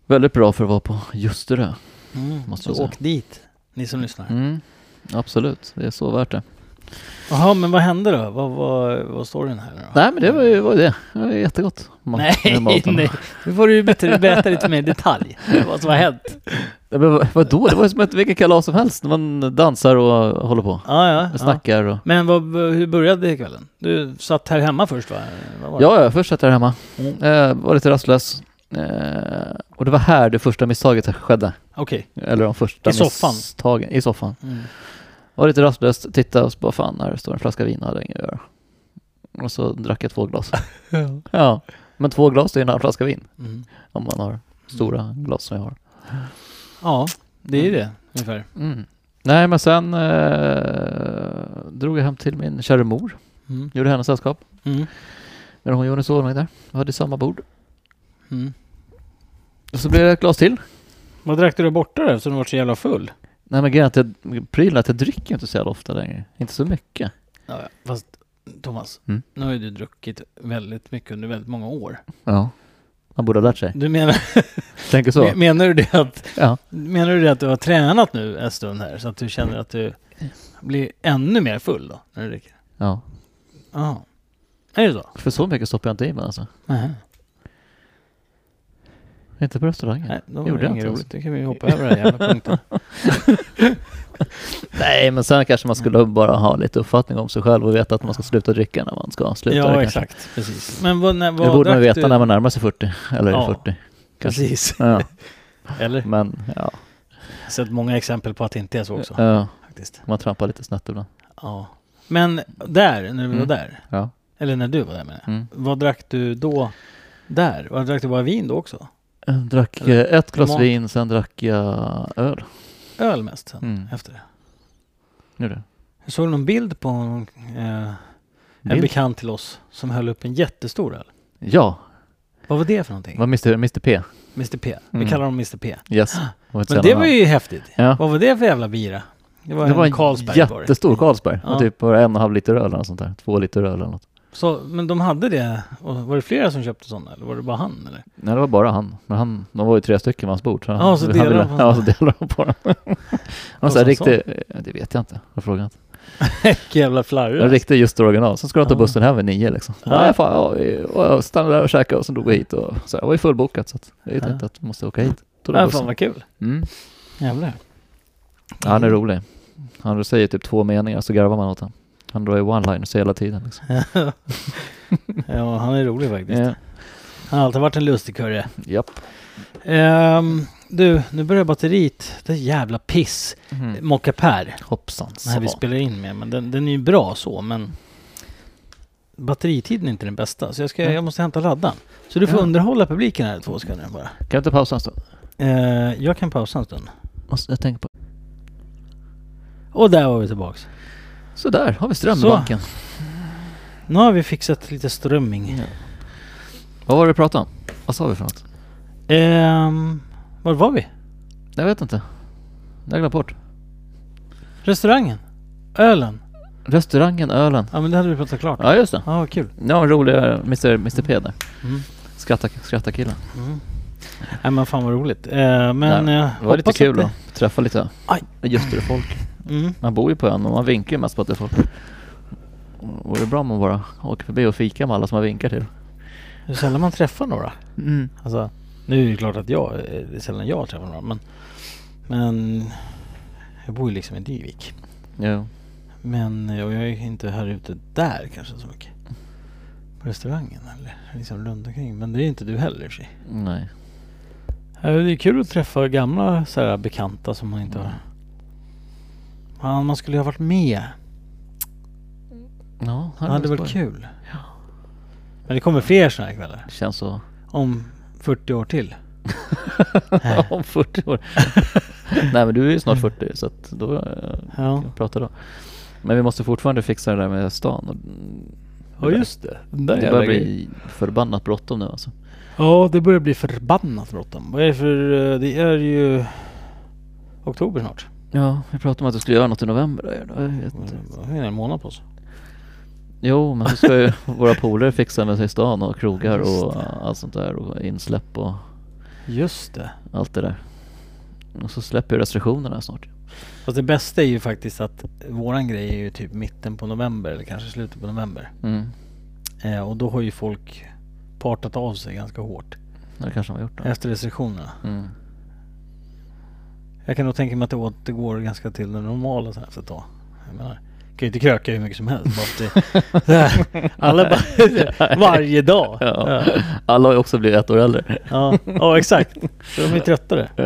[SPEAKER 4] Väldigt bra för att vara på Ljusterö.
[SPEAKER 3] Mm.
[SPEAKER 4] Måste
[SPEAKER 3] Så
[SPEAKER 4] jag säga.
[SPEAKER 3] åk dit, ni som lyssnar.
[SPEAKER 4] Mm. Absolut, det är så värt det.
[SPEAKER 3] Jaha, men vad hände då? Vad, vad, vad står den här då?
[SPEAKER 4] Nej men det var ju var ju det. Det var ju jättegott. Ma- med
[SPEAKER 3] Nej,
[SPEAKER 4] maten.
[SPEAKER 3] nej. Nu får du bättre- berätta lite mer i detalj. Vad som har hänt.
[SPEAKER 4] Ja, men vad- vadå? Det var ju som ett vilket kalas som helst när man dansar och håller på.
[SPEAKER 3] Ja, ja.
[SPEAKER 4] Och
[SPEAKER 3] ja.
[SPEAKER 4] snackar och...
[SPEAKER 3] Men vad, hur började kvällen? Du satt här hemma först va? Vad var det?
[SPEAKER 4] Ja, ja, först satt jag hemma.
[SPEAKER 3] Mm.
[SPEAKER 4] Eh, var lite rastlös. Eh, och det var här det första misstaget skedde.
[SPEAKER 3] Okej.
[SPEAKER 4] Eller de första
[SPEAKER 3] I soffan.
[SPEAKER 4] misstagen. I soffan.
[SPEAKER 3] Mm.
[SPEAKER 4] Var lite rastlös, tittade och så bara fan, här står en flaska vin och hade inget att göra. Och så drack jag två glas. ja, men två glas är en halv flaska vin.
[SPEAKER 3] Mm.
[SPEAKER 4] Om man har stora glas som jag har.
[SPEAKER 3] Ja, det är ju det ungefär.
[SPEAKER 4] Mm. Nej, men sen eh, drog jag hem till min kära mor.
[SPEAKER 3] Mm.
[SPEAKER 4] Gjorde henne sällskap.
[SPEAKER 3] Mm.
[SPEAKER 4] När hon gjorde en sovvagn där. Vi hade samma bord.
[SPEAKER 3] Mm.
[SPEAKER 4] Och så blev det ett glas till.
[SPEAKER 3] Vad drack du där borta då eftersom du var så jävla full?
[SPEAKER 4] Nej men grejen är att jag, prylen är att jag dricker ju inte så jävla ofta längre. Inte så mycket.
[SPEAKER 3] Ja, ja. fast Thomas,
[SPEAKER 4] Mm.
[SPEAKER 3] nu har ju du druckit väldigt mycket under väldigt många år.
[SPEAKER 4] Ja. Mm. Man borde ha lärt sig.
[SPEAKER 3] Du menar,
[SPEAKER 4] Tänker så.
[SPEAKER 3] menar, du det att,
[SPEAKER 4] Ja.
[SPEAKER 3] menar du det att du har tränat nu en stund här så att du känner att du blir ännu mer full då när du dricker?
[SPEAKER 4] ja.
[SPEAKER 3] Ja. Är det så?
[SPEAKER 4] För så mycket stoppar jag inte i mig alltså.
[SPEAKER 3] Nej.
[SPEAKER 4] Inte på restaurangen.
[SPEAKER 3] Nej, då var
[SPEAKER 4] Gjorde
[SPEAKER 3] det
[SPEAKER 4] jag
[SPEAKER 3] inget
[SPEAKER 4] inte
[SPEAKER 3] roligt. Det kan vi hoppa över den här jävla punkten.
[SPEAKER 4] Nej men sen kanske man skulle bara ha lite uppfattning om sig själv och veta att man ska sluta dricka när man ska sluta.
[SPEAKER 3] ja,
[SPEAKER 4] kanske.
[SPEAKER 3] exakt. Precis. Men vad, när, vad
[SPEAKER 4] det borde man
[SPEAKER 3] drack
[SPEAKER 4] veta
[SPEAKER 3] du?
[SPEAKER 4] när man närmar sig 40. Eller
[SPEAKER 3] Ja.
[SPEAKER 4] 40. Kanske.
[SPEAKER 3] Precis.
[SPEAKER 4] Ja.
[SPEAKER 3] Eller?
[SPEAKER 4] Men ja.
[SPEAKER 3] Jag har sett många exempel på att det inte är så också.
[SPEAKER 4] ja.
[SPEAKER 3] Faktiskt.
[SPEAKER 4] Man trampar lite snett ibland.
[SPEAKER 3] Ja. Men där, när vi var
[SPEAKER 4] Mm.
[SPEAKER 3] där.
[SPEAKER 4] Ja.
[SPEAKER 3] Eller när du var där menar jag.
[SPEAKER 4] Mm.
[SPEAKER 3] Vad drack du då? Där? Vad drack du bara vin då också?
[SPEAKER 4] Jag Drack eh, ett glas
[SPEAKER 3] Mat.
[SPEAKER 4] vin, sen drack jag öl.
[SPEAKER 3] Öl mest sen,
[SPEAKER 4] Mm.
[SPEAKER 3] efter det.
[SPEAKER 4] Nu det.
[SPEAKER 3] Jag såg någon bild på någon, eh, en
[SPEAKER 4] Bild.
[SPEAKER 3] bekant till oss som höll upp en jättestor öl.
[SPEAKER 4] Ja,
[SPEAKER 3] Vad var det för någonting?
[SPEAKER 4] var Mr, Mr P.
[SPEAKER 3] Mr P. Vi
[SPEAKER 4] Mm.
[SPEAKER 3] kallar honom Mr P.
[SPEAKER 4] Yes. Får inte
[SPEAKER 3] Men
[SPEAKER 4] säga
[SPEAKER 3] det
[SPEAKER 4] något
[SPEAKER 3] var ju häftigt.
[SPEAKER 4] Ja.
[SPEAKER 3] Vad var det för jävla bira? Det var,
[SPEAKER 4] Det var
[SPEAKER 3] en
[SPEAKER 4] en
[SPEAKER 3] Carlsberg var det.
[SPEAKER 4] jättestor Carlsberg.
[SPEAKER 3] Ja.
[SPEAKER 4] Ja. Typ bara en och en halv liter öl eller något sånt där. Två liter öl eller något.
[SPEAKER 3] Så, men de hade det, och var det flera som köpte sådana eller var det bara han eller?
[SPEAKER 4] Nej, det var bara han. Men han, de var ju tre stycken vid hans bord. Så
[SPEAKER 3] Ja, så
[SPEAKER 4] han
[SPEAKER 3] delade
[SPEAKER 4] ville-
[SPEAKER 3] de på
[SPEAKER 4] Ja, så
[SPEAKER 3] den.
[SPEAKER 4] delade de på den. Han
[SPEAKER 3] Vad
[SPEAKER 4] sa
[SPEAKER 3] sa
[SPEAKER 4] riktigt, det vet jag inte. Jag frågade inte.
[SPEAKER 3] Vilken jävla
[SPEAKER 4] En
[SPEAKER 3] flarra.
[SPEAKER 4] riktig just original. Sen skulle de ta
[SPEAKER 3] Ja.
[SPEAKER 4] bussen hem vid nio liksom.
[SPEAKER 3] Ja.
[SPEAKER 4] Nej, fan, ja, vi- och jag stannade där och käkade och sen drog vi hit. Och, så jag var ju fullbokat så att jag
[SPEAKER 3] Ja.
[SPEAKER 4] tänkte att jag måste åka hit. Tog den
[SPEAKER 3] Ja, fan
[SPEAKER 4] bussen.
[SPEAKER 3] vad kul.
[SPEAKER 4] Mm.
[SPEAKER 3] Jävlar.
[SPEAKER 4] Ja, han är rolig. Han säger typ två meningar så garvar man åt honom. Han drar ju one-liners hela tiden liksom.
[SPEAKER 3] ja, han är rolig faktiskt.
[SPEAKER 4] Ja.
[SPEAKER 3] Han har alltid varit en lustig kurre.
[SPEAKER 4] Japp.
[SPEAKER 3] Ehm, du, nu börjar batteriet. Det är jävla piss.
[SPEAKER 4] Mm.
[SPEAKER 3] Mocka Per.
[SPEAKER 4] Hoppsan
[SPEAKER 3] Den här vi
[SPEAKER 4] sa.
[SPEAKER 3] spelar in med. Men den, den är ju bra så, men batteritiden är inte den bästa. Så jag, ska,
[SPEAKER 4] Mm.
[SPEAKER 3] jag måste hämta laddan. Så du får
[SPEAKER 4] Ja.
[SPEAKER 3] underhålla publiken här i två sekunder bara.
[SPEAKER 4] Kan jag inte pausa en stund?
[SPEAKER 3] Eh, jag kan pausa en stund.
[SPEAKER 4] Måste jag tänka på.
[SPEAKER 3] Och där var vi tillbaks.
[SPEAKER 4] Så där har vi ström
[SPEAKER 3] Så.
[SPEAKER 4] i banken.
[SPEAKER 3] Nu har vi fixat lite strömming.
[SPEAKER 4] Vad var det vi pratade om? Vad sa vi för något?
[SPEAKER 3] Ehm, var var vi?
[SPEAKER 4] Jag vet inte. Jag har glömt bort.
[SPEAKER 3] Restaurangen? Ölen?
[SPEAKER 4] Restaurangen, ölen.
[SPEAKER 3] Ja men det hade vi pratat klart. Ja,
[SPEAKER 4] Ja just det.
[SPEAKER 3] ah, vad kul.
[SPEAKER 4] Det var en rolig eh, Mr, Mr P där.
[SPEAKER 3] Mm.
[SPEAKER 4] Skratta, skratta killen.
[SPEAKER 3] Nej men fan vad roligt. Eh, men
[SPEAKER 4] Nej,
[SPEAKER 3] eh,
[SPEAKER 4] Det var lite
[SPEAKER 3] hoppas
[SPEAKER 4] kul
[SPEAKER 3] att
[SPEAKER 4] att träffa lite
[SPEAKER 3] Aj.
[SPEAKER 4] just det folk.
[SPEAKER 3] det- Mm.
[SPEAKER 4] Man bor ju på ön och man vinkar ju mest på att det är folk. Och det är bra om man bara åker förbi och fikar med alla som man vinkar till.
[SPEAKER 3] Det är sällan man träffar några.
[SPEAKER 4] Mm.
[SPEAKER 3] Alltså, nu är det klart att jag, eh, det är sällan jag träffar några men, men jag bor ju liksom i Dyvik.
[SPEAKER 4] Jo.
[SPEAKER 3] Men eh, och jag är inte här ute där kanske så mycket. På restaurangen eller liksom runt omkring. Men det är inte du heller i och för sig.
[SPEAKER 4] Nej.
[SPEAKER 3] Ja, Det är kul att träffa gamla så här, bekanta som man inte har... Mm. Man, man skulle ju ha varit med.
[SPEAKER 4] Ja,
[SPEAKER 3] Det
[SPEAKER 4] här
[SPEAKER 3] hade
[SPEAKER 4] är
[SPEAKER 3] varit
[SPEAKER 4] skoj.
[SPEAKER 3] kul. Men det kommer fler såna här kvällar.
[SPEAKER 4] Känns så.
[SPEAKER 3] Om 40 år till.
[SPEAKER 4] om 40 år. Nej men du är ju snart 40 så att då eh,
[SPEAKER 3] Ja,
[SPEAKER 4] kan vi prata då. Men vi måste fortfarande fixa det där med stan. Och mm,
[SPEAKER 3] ja just det. Den där
[SPEAKER 4] det
[SPEAKER 3] jävla
[SPEAKER 4] börjar
[SPEAKER 3] grejen.
[SPEAKER 4] bli förbannat bråttom nu alltså.
[SPEAKER 3] Ja, det börjar bli förbannat bråttom. Vad är det för... eh, Det är ju oktober snart.
[SPEAKER 4] Ja, vi pratade om att du skulle göra något i november. där, då. Jag vet.
[SPEAKER 3] Vi har en månad på oss.
[SPEAKER 4] Jo, men så ska ju våra polare fixa med sig stan och krogar och allt sånt där och insläpp och
[SPEAKER 3] Just det.
[SPEAKER 4] allt det där. Och så släpper ju restriktionerna snart.
[SPEAKER 3] Fast det bästa är ju faktiskt att våran grej är ju typ mitten på november eller kanske slutet på november.
[SPEAKER 4] Mm.
[SPEAKER 3] Eh, och då har ju folk partat av sig ganska hårt
[SPEAKER 4] Det kanske de har gjort då.
[SPEAKER 3] efter restriktionerna.
[SPEAKER 4] Mm.
[SPEAKER 3] Jag kan nog tänka mig att det återgår ganska till det normala sen efter ett tag. Jag menar, jag kan ju inte kröka hur mycket som helst. Bara att det, så här, alla bara, varje dag.
[SPEAKER 4] Ja.
[SPEAKER 3] Ja.
[SPEAKER 4] Alla har ju också blivit ett år äldre.
[SPEAKER 3] Ja, ja exakt. Så de är tröttare.
[SPEAKER 4] Ja.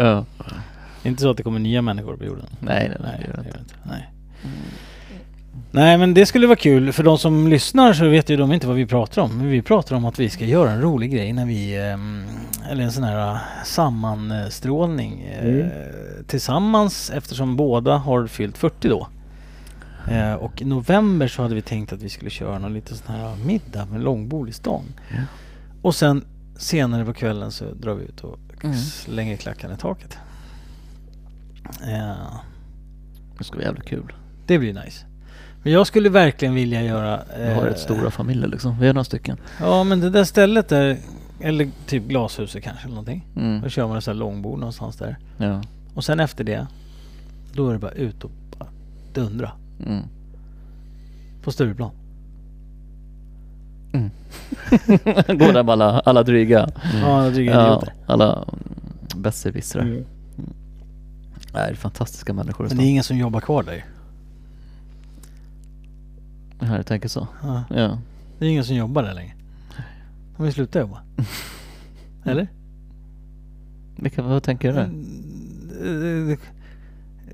[SPEAKER 3] Det är inte så att det kommer nya människor på jorden.
[SPEAKER 4] Nej, nej, nej, det gör det inte.
[SPEAKER 3] Nej. Nej men det skulle vara kul. För de som lyssnar så vet ju de inte vad vi pratar om. Men vi pratar om att vi ska göra en rolig grej när vi... ehm, Eller en sån här eh, sammanstrålning eh,
[SPEAKER 4] Mm.
[SPEAKER 3] tillsammans eftersom båda har fyllt 40 då. Eh, Och i november så hade vi tänkt att vi skulle köra någon liten sån här eh, middag med långbord i stan. Och sen senare på kvällen så drar vi ut och
[SPEAKER 4] Mm.
[SPEAKER 3] slänger klackarna i taket. Eh,
[SPEAKER 4] Det ska bli jävligt kul.
[SPEAKER 3] det blir nice. Men jag skulle verkligen vilja göra...
[SPEAKER 4] Vi har
[SPEAKER 3] eh,
[SPEAKER 4] rätt stora familjer liksom. Vi är några stycken.
[SPEAKER 3] Ja men det där stället där, eller typ glashuset kanske eller någonting.
[SPEAKER 4] Mm.
[SPEAKER 3] Då kör man en sån här långbord någonstans där.
[SPEAKER 4] Ja.
[SPEAKER 3] Och sen efter det, då är det bara ut och bara dundra.
[SPEAKER 4] Mm.
[SPEAKER 3] På Stureplan.
[SPEAKER 4] Går där med alla, alla dryga.
[SPEAKER 3] Ja, jag tycker
[SPEAKER 4] Mm. Ja,
[SPEAKER 3] idioter.
[SPEAKER 4] alla mm, besserwissrar. Mm. Nej, det är fantastiska människor
[SPEAKER 3] Men
[SPEAKER 4] i
[SPEAKER 3] det är
[SPEAKER 4] stan.
[SPEAKER 3] ingen som jobbar kvar där
[SPEAKER 4] Ja, jag tänker så.
[SPEAKER 3] ja.
[SPEAKER 4] Ja.
[SPEAKER 3] Det är ingen som jobbar där längre. De vill sluta jobba. Eller?
[SPEAKER 4] Vilka, vad tänker du? där?
[SPEAKER 3] Mm. Eh,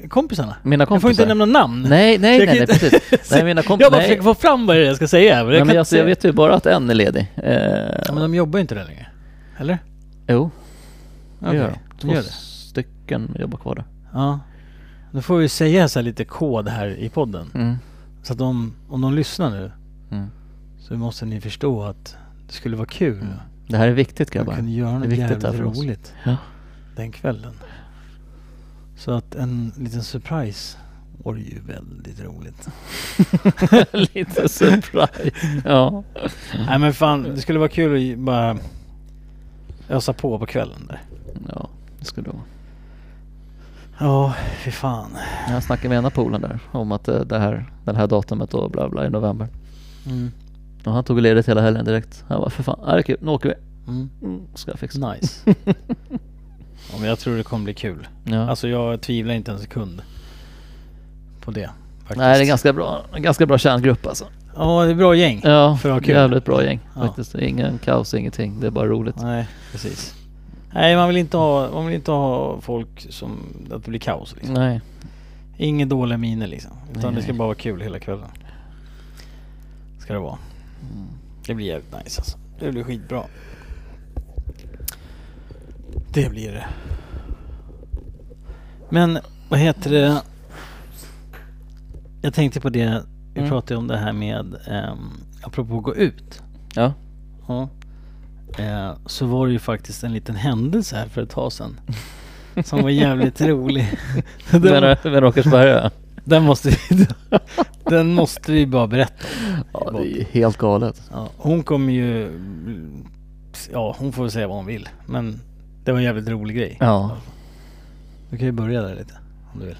[SPEAKER 3] Kompisarna.
[SPEAKER 4] Mina
[SPEAKER 3] Jag får
[SPEAKER 4] kompisar?
[SPEAKER 3] inte nämna namn.
[SPEAKER 4] Nej, nej,
[SPEAKER 3] Så jag
[SPEAKER 4] nej,
[SPEAKER 3] kan
[SPEAKER 4] nej precis. Nej, mina kompisar.
[SPEAKER 3] Jag bara
[SPEAKER 4] Nej.
[SPEAKER 3] försöker få fram vad det är jag ska säga. Men jag,
[SPEAKER 4] Nej,
[SPEAKER 3] kan
[SPEAKER 4] men
[SPEAKER 3] inte
[SPEAKER 4] alltså,
[SPEAKER 3] säga.
[SPEAKER 4] jag vet ju bara att en är ledig. Eh,
[SPEAKER 3] Ja, men de jobbar ju inte där längre. Eller?
[SPEAKER 4] jo, det
[SPEAKER 3] Okej,
[SPEAKER 4] gör de.
[SPEAKER 3] de
[SPEAKER 4] Två
[SPEAKER 3] gör det.
[SPEAKER 4] stycken jobbar kvar där.
[SPEAKER 3] Ja. Då får vi säga så här lite kod här i podden.
[SPEAKER 4] Mm.
[SPEAKER 3] Så att om, om de lyssnar nu
[SPEAKER 4] Mm.
[SPEAKER 3] så måste ni förstå att det skulle vara kul. Mm.
[SPEAKER 4] Det här är viktigt
[SPEAKER 3] Man
[SPEAKER 4] grabbar.
[SPEAKER 3] kunde göra
[SPEAKER 4] det är
[SPEAKER 3] något
[SPEAKER 4] viktigt
[SPEAKER 3] jävligt
[SPEAKER 4] här för oss.
[SPEAKER 3] roligt
[SPEAKER 4] Ja.
[SPEAKER 3] den kvällen. Så att en liten surprise vore ju väldigt roligt.
[SPEAKER 4] Lite surprise. ja. Mm.
[SPEAKER 3] Nej men fan, det skulle vara kul att ju bara ösa på på kvällen där.
[SPEAKER 4] ja, det skulle det vara.
[SPEAKER 3] Ja, fy fan.
[SPEAKER 4] Jag snackade med ena polen där om att eh, det här, det här datumet och bla bla i november.
[SPEAKER 3] Mm.
[SPEAKER 4] Och han tog ledigt hela helgen direkt. Han bara, för fan, ja, det är kul, nu åker vi.
[SPEAKER 3] Mm.
[SPEAKER 4] Mm, Ska jag fixa.
[SPEAKER 3] Nice. ja, men jag tror det kommer bli kul.
[SPEAKER 4] Ja.
[SPEAKER 3] Alltså jag tvivlar inte en sekund på det. Faktiskt.
[SPEAKER 4] Nej, det är ganska bra, en ganska bra kärngrupp alltså.
[SPEAKER 3] Ja, det är bra gäng.
[SPEAKER 4] Ja,
[SPEAKER 3] För att ha kul.
[SPEAKER 4] jävligt bra gäng
[SPEAKER 3] Ja.
[SPEAKER 4] faktiskt. Ingen kaos, ingenting. Det är bara roligt.
[SPEAKER 3] Nej, precis. Nej, man vill inte ha, man vill inte ha folk som, att det blir kaos liksom.
[SPEAKER 4] Nej.
[SPEAKER 3] Inga dåliga miner liksom. Utan
[SPEAKER 4] Mm. Nej,
[SPEAKER 3] det ska
[SPEAKER 4] nej.
[SPEAKER 3] bara vara kul hela kvällen. Ska det vara. Det blir jävligt nice alltså. Det blir skitbra. Det blir det. Men vad heter det? Jag tänkte på det, vi
[SPEAKER 4] Mm.
[SPEAKER 3] pratade om det här med, um, apropå att gå ut.
[SPEAKER 4] Ja.
[SPEAKER 3] Ja. Eh, så var det ju faktiskt en liten händelse här för ett tag sedan. Som var jävligt rolig. Den-
[SPEAKER 4] Men, men Åkersberga?
[SPEAKER 3] den måste vi, den måste vi bara berätta.
[SPEAKER 4] Ja, det är ju helt galet.
[SPEAKER 3] Ja, hon kommer ju, ja hon får väl säga vad hon vill. Men det var en jävligt rolig grej.
[SPEAKER 4] Ja.
[SPEAKER 3] Du kan ju börja där lite om du vill.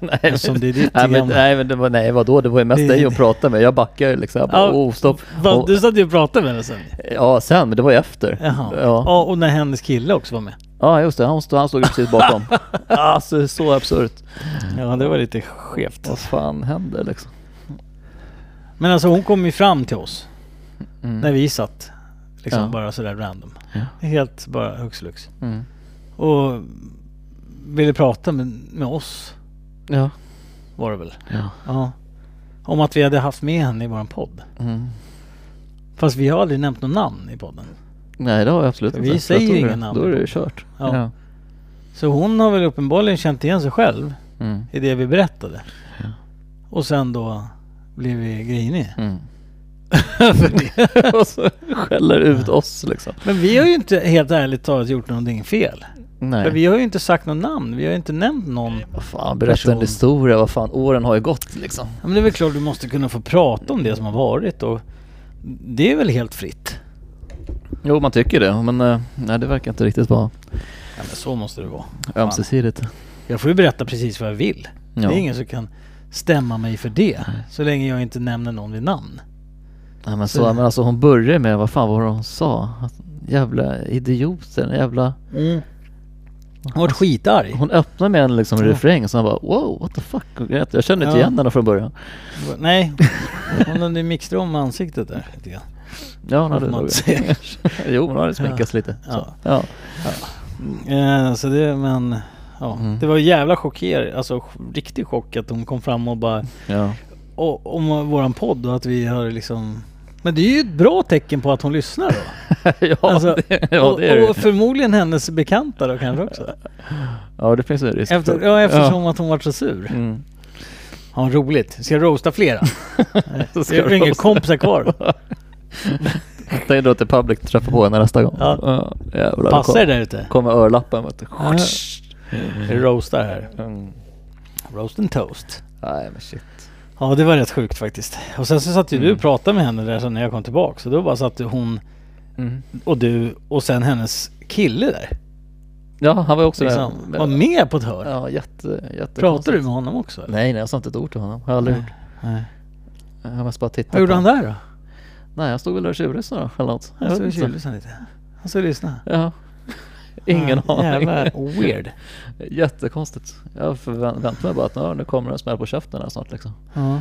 [SPEAKER 4] nej,
[SPEAKER 3] Eftersom det är ditt
[SPEAKER 4] nej, men,
[SPEAKER 3] program.
[SPEAKER 4] nej, men det var, nej, vadå? Det var ju mest
[SPEAKER 3] Det-
[SPEAKER 4] dig att prata med. Jag backade ju liksom. Jag bara,
[SPEAKER 3] Ja.
[SPEAKER 4] oh, stopp.
[SPEAKER 3] Va,
[SPEAKER 4] Och-
[SPEAKER 3] du satt ju och pratade med henne sen.
[SPEAKER 4] Ja, sen, men det var ju efter.
[SPEAKER 3] Jaha.
[SPEAKER 4] Ja.
[SPEAKER 3] Ja, och när hennes kille också var med.
[SPEAKER 4] ja, just det. Han stod, han stod ju precis bakom. alltså, så absurt.
[SPEAKER 3] Ja, det var lite skevt.
[SPEAKER 4] Vad fan händer liksom?
[SPEAKER 3] Men alltså hon kom ju fram till oss
[SPEAKER 4] Mm.
[SPEAKER 3] när vi satt. Liksom
[SPEAKER 4] Ja.
[SPEAKER 3] bara sådär random.
[SPEAKER 4] Ja.
[SPEAKER 3] Helt bara hux flux.
[SPEAKER 4] Mm.
[SPEAKER 3] Och ville prata med, med oss
[SPEAKER 4] Ja.
[SPEAKER 3] var det väl.
[SPEAKER 4] Ja.
[SPEAKER 3] Ja. Om att vi hade haft med henne i våran podd.
[SPEAKER 4] Mm.
[SPEAKER 3] Fast vi har aldrig nämnt något namn i podden.
[SPEAKER 4] Nej, det har jag absolut
[SPEAKER 3] Vi
[SPEAKER 4] inte.
[SPEAKER 3] säger
[SPEAKER 4] Jag tror
[SPEAKER 3] inga
[SPEAKER 4] det.
[SPEAKER 3] namn.
[SPEAKER 4] Då är det ju kört.
[SPEAKER 3] Ja. Så hon har väl uppenbarligen känt igen sig själv
[SPEAKER 4] Mm.
[SPEAKER 3] i det vi berättade.
[SPEAKER 4] Ja.
[SPEAKER 3] Och sen då blev vi griniga.
[SPEAKER 4] Mm. och så skäller ut oss liksom.
[SPEAKER 3] Men vi har ju inte helt ärligt talat gjort någonting fel.
[SPEAKER 4] Nej.
[SPEAKER 3] För vi har ju inte sagt något namn. Vi har ju inte nämnt någon.
[SPEAKER 4] Vad fan, berätta en
[SPEAKER 3] person.
[SPEAKER 4] historia. Vad fan, åren har ju gått liksom.
[SPEAKER 3] Ja, men det är väl klart du måste kunna få prata om det som har varit och det är väl helt fritt.
[SPEAKER 4] Jo, man tycker det, men eh, nej, det verkar inte riktigt vara
[SPEAKER 3] Ja, men så måste det vara.
[SPEAKER 4] ömsesidigt.
[SPEAKER 3] Jag får ju berätta precis vad jag vill.
[SPEAKER 4] Ja.
[SPEAKER 3] Det är ingen som kan stämma mig för det. Så länge jag inte nämner någon vid namn.
[SPEAKER 4] Nej men så, men alltså hon började med, vad fan var det hon sa? Att, jävla idioten, jävla...
[SPEAKER 3] Hon har varit skitarg.
[SPEAKER 4] Hon öppnar med en liksom refräng som jag bara wow, what the fuck? Jag kände inte
[SPEAKER 3] Ja.
[SPEAKER 4] igen henne från början.
[SPEAKER 3] Nej, hon hade mixtrat om ansiktet där lite grann.
[SPEAKER 4] Ja hon
[SPEAKER 3] Får
[SPEAKER 4] hade
[SPEAKER 3] man
[SPEAKER 4] nog...
[SPEAKER 3] inte säga.
[SPEAKER 4] jo hon hade sminkats lite.
[SPEAKER 3] Ja.
[SPEAKER 4] Så. Ja.
[SPEAKER 3] Eh, så det, men ja.
[SPEAKER 4] Mm.
[SPEAKER 3] Det var ju jävla chockerande, alltså ch- riktig chock att hon kom fram och bara
[SPEAKER 4] ja.
[SPEAKER 3] "Å- om våran podd och att vi har liksom men det är ju ett bra tecken på att hon lyssnar då.
[SPEAKER 4] ja,
[SPEAKER 3] Alltså,
[SPEAKER 4] det, ja det är
[SPEAKER 3] och,
[SPEAKER 4] det.
[SPEAKER 3] och förmodligen hennes bekanta då kanske också.
[SPEAKER 4] Ja det finns en risk.
[SPEAKER 3] Efter, ja, eftersom att hon var så sur.
[SPEAKER 4] Mm.
[SPEAKER 3] Ja, roligt. Ska jag roasta flera?
[SPEAKER 4] Så
[SPEAKER 3] Jag har
[SPEAKER 4] roasta.
[SPEAKER 3] inga kompisar kvar.
[SPEAKER 4] Tänk då att det är public träffar på henne nästa gång.
[SPEAKER 3] Ja.
[SPEAKER 4] jävlar, då
[SPEAKER 3] Passar det
[SPEAKER 4] kom-
[SPEAKER 3] där ute?
[SPEAKER 4] Kommer örlappen. Vet du.
[SPEAKER 3] Vi roastar här.
[SPEAKER 4] Mm.
[SPEAKER 3] Roast and toast.
[SPEAKER 4] Nej men shit.
[SPEAKER 3] Ja det var rätt sjukt faktiskt. Och sen så satt ju du och pratade med henne där sen när jag kom tillbaka. Så då bara satt hon
[SPEAKER 4] Mm.
[SPEAKER 3] och du och sen hennes kille där.
[SPEAKER 4] Ja han var ju också
[SPEAKER 3] Liksom,
[SPEAKER 4] där.
[SPEAKER 3] var med på ett hörn.
[SPEAKER 4] Ja jätte, jätte
[SPEAKER 3] Pratade du med honom också? Eller?
[SPEAKER 4] Nej nej jag sa inte ett ord till honom. Jag har aldrig gjort.
[SPEAKER 3] Nej.
[SPEAKER 4] Jag måste bara titta
[SPEAKER 3] Vad gjorde
[SPEAKER 4] på
[SPEAKER 3] han
[SPEAKER 4] honom.
[SPEAKER 3] där då?
[SPEAKER 4] Nej jag stod väl där och tjurlyssnade då eller något. Jag
[SPEAKER 3] Han
[SPEAKER 4] vet
[SPEAKER 3] stod och
[SPEAKER 4] inte.
[SPEAKER 3] tjuvlyssnade lite. Han stod och lyssnade.
[SPEAKER 4] Ja. Ingen
[SPEAKER 3] Ja,
[SPEAKER 4] aning.
[SPEAKER 3] Jävla weird.
[SPEAKER 4] Jättekonstigt. Jag förväntade mig bara att "Ja, nu kommer det en smäll på käften här snart liksom.
[SPEAKER 3] Ja.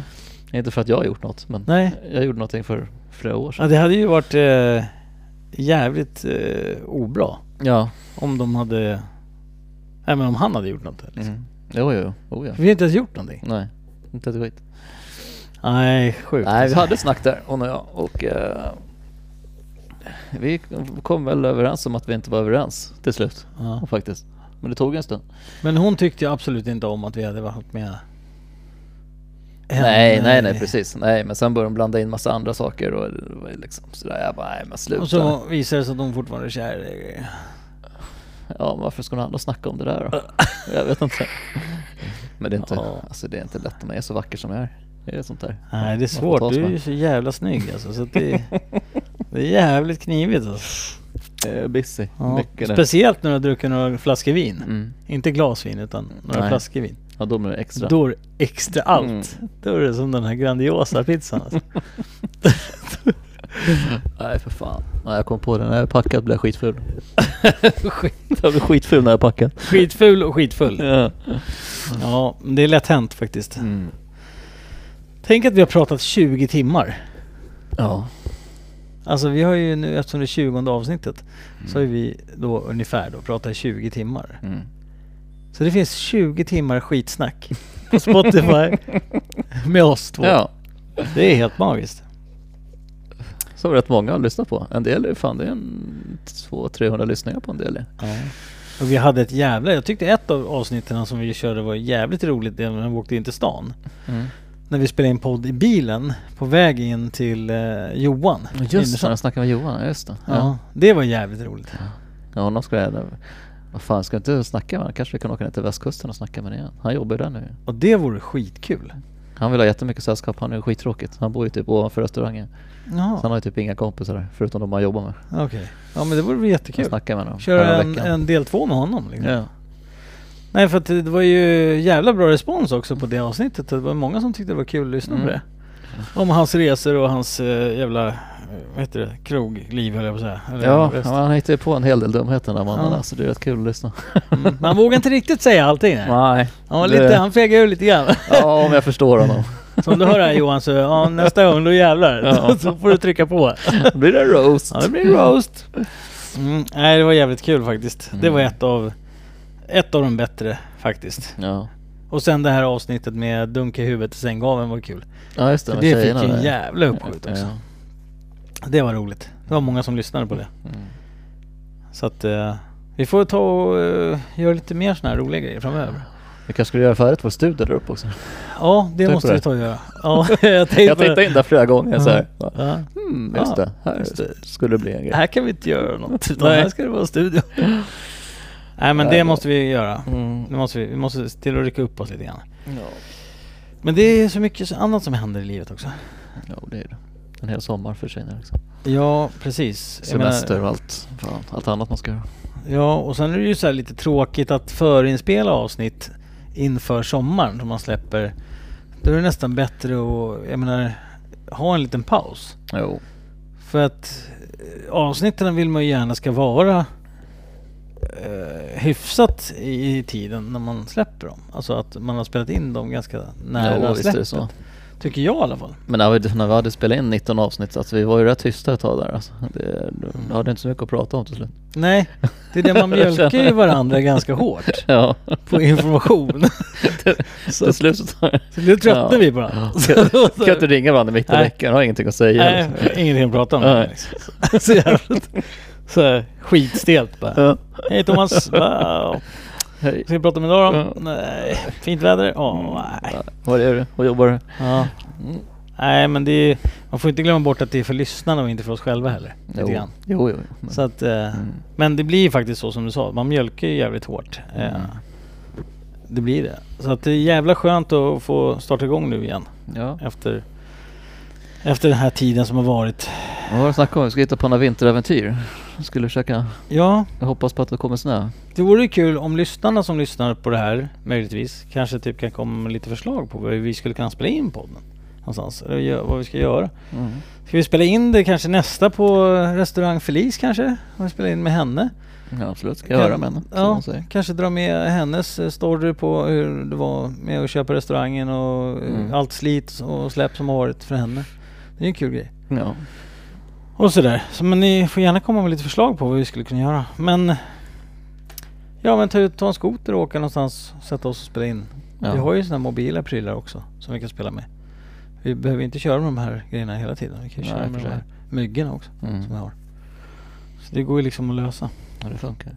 [SPEAKER 4] Inte för att jag har gjort något men
[SPEAKER 3] Nej.
[SPEAKER 4] jag gjorde någonting för flera år
[SPEAKER 3] ja
[SPEAKER 4] sedan.
[SPEAKER 3] det hade ju varit eh, jävligt eh, obra.
[SPEAKER 4] Ja.
[SPEAKER 3] Om de hade... Nej men om han hade gjort något.
[SPEAKER 4] Mm.
[SPEAKER 3] Liksom.
[SPEAKER 4] Jo jo, jo. Oh, ja.
[SPEAKER 3] Vi har inte ens gjort någonting.
[SPEAKER 4] Nej, inte ett skit.
[SPEAKER 3] Nej sjukt.
[SPEAKER 4] Nej vi
[SPEAKER 3] alltså.
[SPEAKER 4] hade ett snack där hon och jag och eh, vi kom väl överens om att vi inte var överens till slut.
[SPEAKER 3] Ja.
[SPEAKER 4] Faktiskt. Men det tog en stund.
[SPEAKER 3] Men hon tyckte ju absolut inte om att vi hade varit med. henne.
[SPEAKER 4] Nej, nej, nej precis. Nej, men sen började de blanda in massa andra saker och det var ju liksom sådär. Jag bara, nej men sluta.
[SPEAKER 3] Och så visade det sig att hon fortfarande är kär. i-
[SPEAKER 4] Ja, men varför ska någon annan snacka om det där då? jag vet inte. Men det är inte,
[SPEAKER 3] Ja.
[SPEAKER 4] alltså, det är inte lätt om jag är så vacker som jag är. Det är sånt där.
[SPEAKER 3] Nej det är
[SPEAKER 4] Man får ta
[SPEAKER 3] svårt. Du är
[SPEAKER 4] smällen.
[SPEAKER 3] ju så jävla snygg alltså. Så att det, det är jävligt knivigt alltså.
[SPEAKER 4] Jag är busy.
[SPEAKER 3] ja.
[SPEAKER 4] Mycket där.
[SPEAKER 3] Speciellt när du har druckit några flaskor vin.
[SPEAKER 4] Mm.
[SPEAKER 3] Inte glasvin utan några
[SPEAKER 4] Nej. Mm.
[SPEAKER 3] flaskor vin.
[SPEAKER 4] Ja, då blir det extra.
[SPEAKER 3] Då är det extra allt. Då är det som den här grandiosa pizzan alltså.
[SPEAKER 4] Nej, för fan. Nej, jag kom på det. När jag är packad blir jag skitful. jag blir skitful när jag är packad.
[SPEAKER 3] Skitful och skitfull.
[SPEAKER 4] Ja.
[SPEAKER 3] Ja, men det är lätt hänt faktiskt.
[SPEAKER 4] Mm.
[SPEAKER 3] Tänk att vi har pratat 20 timmar.
[SPEAKER 4] Ja.
[SPEAKER 3] Alltså vi har ju nu, eftersom det är 20 avsnittet, så har ju vi då ungefär då pratat i 20 timmar.
[SPEAKER 4] Mm.
[SPEAKER 3] Så det finns 20 timmar skitsnack på Spotify med oss två.
[SPEAKER 4] ja.
[SPEAKER 3] Det är helt magiskt.
[SPEAKER 4] Som rätt många har lyssnat på. En del är fan, det är en 200-300 lyssningar på en del.
[SPEAKER 3] Och vi hade ett jävla, jag tyckte ett av avsnitten som vi körde var jävligt roligt, det när vi åkte in till stan. När vi spelade in podd i bilen på väg in till eh, Johan.
[SPEAKER 4] Just det,
[SPEAKER 3] Innerstan.
[SPEAKER 4] jag snackade med Johan, just det.
[SPEAKER 3] ja. det var jävligt roligt.
[SPEAKER 4] Ja, honom skulle jag... Vad fan, ska vi inte snacka med honom? Kanske vi kan åka ner till västkusten och snacka med honom igen. Han jobbar ju där nu.
[SPEAKER 3] Och det vore skitkul.
[SPEAKER 4] Han vill ha jättemycket sällskap. Han är ju skittråkigt. Han bor ju typ ovanför restaurangen. Så han
[SPEAKER 3] Ja,
[SPEAKER 4] har ju typ inga kompisar där, förutom de han jobbar med.
[SPEAKER 3] okej. Ja men det vore väl
[SPEAKER 4] Jag
[SPEAKER 3] jättekul.
[SPEAKER 4] snackade med honom
[SPEAKER 3] Köra
[SPEAKER 4] förra
[SPEAKER 3] en,
[SPEAKER 4] veckan.
[SPEAKER 3] en del två med honom liksom.
[SPEAKER 4] Ja.
[SPEAKER 3] Nej för att det var ju jävla bra respons också på det avsnittet. Det var många som tyckte det var kul att lyssna
[SPEAKER 4] Mm.
[SPEAKER 3] på det. Om hans resor och hans eh, jävla, eh, vad heter det, krogliv höll jag på att säga. Eller
[SPEAKER 4] Ja,
[SPEAKER 3] rest.
[SPEAKER 4] ja, han hittar ju på en hel del dumheter den där mannen.
[SPEAKER 3] Ja.
[SPEAKER 4] Alltså, det är rätt kul att lyssna.
[SPEAKER 3] Mm. Man vågar inte riktigt säga allting. Nej.
[SPEAKER 4] Nej.
[SPEAKER 3] Han, var lite, han fegade ur lite grann.
[SPEAKER 4] Ja, om jag förstår honom.
[SPEAKER 3] Som du hör här Johan så, ja, nästa gång då jävlar.
[SPEAKER 4] Ja.
[SPEAKER 3] så får du trycka på.
[SPEAKER 4] Då blir det roast.
[SPEAKER 3] Ja, det blir roast. Mm, nej det var jävligt kul faktiskt. Det
[SPEAKER 4] Mm.
[SPEAKER 3] var ett av, ett av de bättre faktiskt.
[SPEAKER 4] Ja.
[SPEAKER 3] Och sen det här avsnittet med dunka i huvudet i sänggaveln var kul.
[SPEAKER 4] ja, just det.
[SPEAKER 3] Så
[SPEAKER 4] med
[SPEAKER 3] det fick
[SPEAKER 4] tjejerna
[SPEAKER 3] ju en
[SPEAKER 4] där.
[SPEAKER 3] jävla uppskjut också.
[SPEAKER 4] Ja.
[SPEAKER 3] Det var roligt. Det var många som lyssnade på det.
[SPEAKER 4] Mm.
[SPEAKER 3] Så att eh, vi får ta och eh, göra lite mer sådana här roliga grejer framöver.
[SPEAKER 4] Vi kanske skulle göra färdigt vår studio där uppe också.
[SPEAKER 3] Ja, det
[SPEAKER 4] Tänk
[SPEAKER 3] måste
[SPEAKER 4] på
[SPEAKER 3] vi
[SPEAKER 4] det.
[SPEAKER 3] ta och göra. Ja, jag tänkte,
[SPEAKER 4] Jag tittade in där flera gånger så här.
[SPEAKER 3] Ja. Ja.
[SPEAKER 4] Mm, just
[SPEAKER 3] Ja,
[SPEAKER 4] det. Här
[SPEAKER 3] just det.
[SPEAKER 4] skulle det bli en grej.
[SPEAKER 3] Här kan vi inte göra något. Utan
[SPEAKER 4] Nej.
[SPEAKER 3] här ska det vara studio. Nej men
[SPEAKER 4] Nej,
[SPEAKER 3] det
[SPEAKER 4] det-
[SPEAKER 3] måste vi göra.
[SPEAKER 4] Mm.
[SPEAKER 3] Det måste vi, vi måste se till att rycka upp oss lite grann.
[SPEAKER 4] Ja.
[SPEAKER 3] Men det är så mycket annat som händer i livet också.
[SPEAKER 4] Jo, det är det. En hel sommar försvinner liksom.
[SPEAKER 3] Ja, precis. Jag menar-
[SPEAKER 4] Semester och allt, fan, allt annat man ska göra.
[SPEAKER 3] Ja, och sen är det ju så här lite tråkigt att förinspela avsnitt inför sommaren som man släpper. Då är det nästan bättre att, jag menar, ha en liten paus.
[SPEAKER 4] Jo.
[SPEAKER 3] För att eh, avsnitten vill man ju gärna ska vara eh, hyfsat i, i tiden när man släpper dem. Alltså att man har spelat in dem ganska nära
[SPEAKER 4] jo, visst är det
[SPEAKER 3] släppet.
[SPEAKER 4] så.
[SPEAKER 3] Tycker jag i alla fall.
[SPEAKER 4] Men när vi, när vi hade spelat in 19 avsnitt så alltså, vi var ju rätt tysta ett tag där alltså. Det, då hade inte så mycket att prata om till slut.
[SPEAKER 3] Nej, det är det man mjölkar ju varandra ganska hårt
[SPEAKER 4] Ja,
[SPEAKER 3] på information.
[SPEAKER 4] till slut så tar
[SPEAKER 3] Så nu tröttnar
[SPEAKER 4] Ja.
[SPEAKER 3] vi på det.
[SPEAKER 4] jag... Kan inte ringa varandra mitt i
[SPEAKER 3] Nej.
[SPEAKER 4] veckan, har ingenting att säga.
[SPEAKER 3] Nej,
[SPEAKER 4] liksom.
[SPEAKER 3] ingenting att prata om.
[SPEAKER 4] Nej.
[SPEAKER 3] Liksom. Så- Så jävligt. Så här, skitstelt bara.
[SPEAKER 4] Ja.
[SPEAKER 3] Hej Thomas! Wow.
[SPEAKER 4] Hej.
[SPEAKER 3] Ska vi prata om idag då?
[SPEAKER 4] Ja. Mm.
[SPEAKER 3] Nej. Fint väder? Åh, nej.
[SPEAKER 4] Vad gör du? Vad jobbar du?
[SPEAKER 3] Ja. Nej men det är, man får inte glömma bort att det är för lyssnarna och inte för oss själva heller. Lite
[SPEAKER 4] Jo, Mm.
[SPEAKER 3] grann.
[SPEAKER 4] jo, jo. Men,
[SPEAKER 3] Så att, eh, Men det blir ju faktiskt så som du sa, man mjölkar ju jävligt hårt. Eh,
[SPEAKER 4] Mm.
[SPEAKER 3] Det blir det. Så att det är jävla skönt att få starta igång nu igen
[SPEAKER 4] ja.
[SPEAKER 3] efter, efter den här tiden som har varit.
[SPEAKER 4] Vad var det snack om? Vi ska hitta på några vinteräventyr. Vi skulle försöka,
[SPEAKER 3] Ja,
[SPEAKER 4] jag hoppas på att det kommer snö.
[SPEAKER 3] det vore ju kul om lyssnarna som lyssnar på det här möjligtvis kanske typ kan komma med lite förslag på hur vi skulle kunna spela in podden någonstans. Eller gö- vad vi ska göra.
[SPEAKER 4] Mm.
[SPEAKER 3] Ska vi spela in det kanske nästa på restaurang Felice kanske? Om vi spelar in med henne?
[SPEAKER 4] Ja, absolut. Ska jag höra med henne. som
[SPEAKER 3] Ja,
[SPEAKER 4] hon säger.
[SPEAKER 3] kanske dra med hennes eh, story på hur det var med att köpa restaurangen och eh,
[SPEAKER 4] Mm.
[SPEAKER 3] allt slit och släpp som har varit för henne. Det är ju en kul grej.
[SPEAKER 4] Ja.
[SPEAKER 3] Och sådär. Så, men ni får gärna komma med lite förslag på vad vi skulle kunna göra. Men... Ja men ta, ut- ta en skoter och åka någonstans, sätta oss och spela in.
[SPEAKER 4] Ja.
[SPEAKER 3] Vi har ju sådana mobila prylar också som vi kan spela med. Vi behöver inte köra med de här grejerna hela tiden. Vi kan ju
[SPEAKER 4] Nej,
[SPEAKER 3] köra
[SPEAKER 4] för
[SPEAKER 3] med de
[SPEAKER 4] sig.
[SPEAKER 3] här myggorna också som
[SPEAKER 4] Mm.
[SPEAKER 3] jag har. Så det går ju liksom att lösa.
[SPEAKER 4] Ja, det funkar.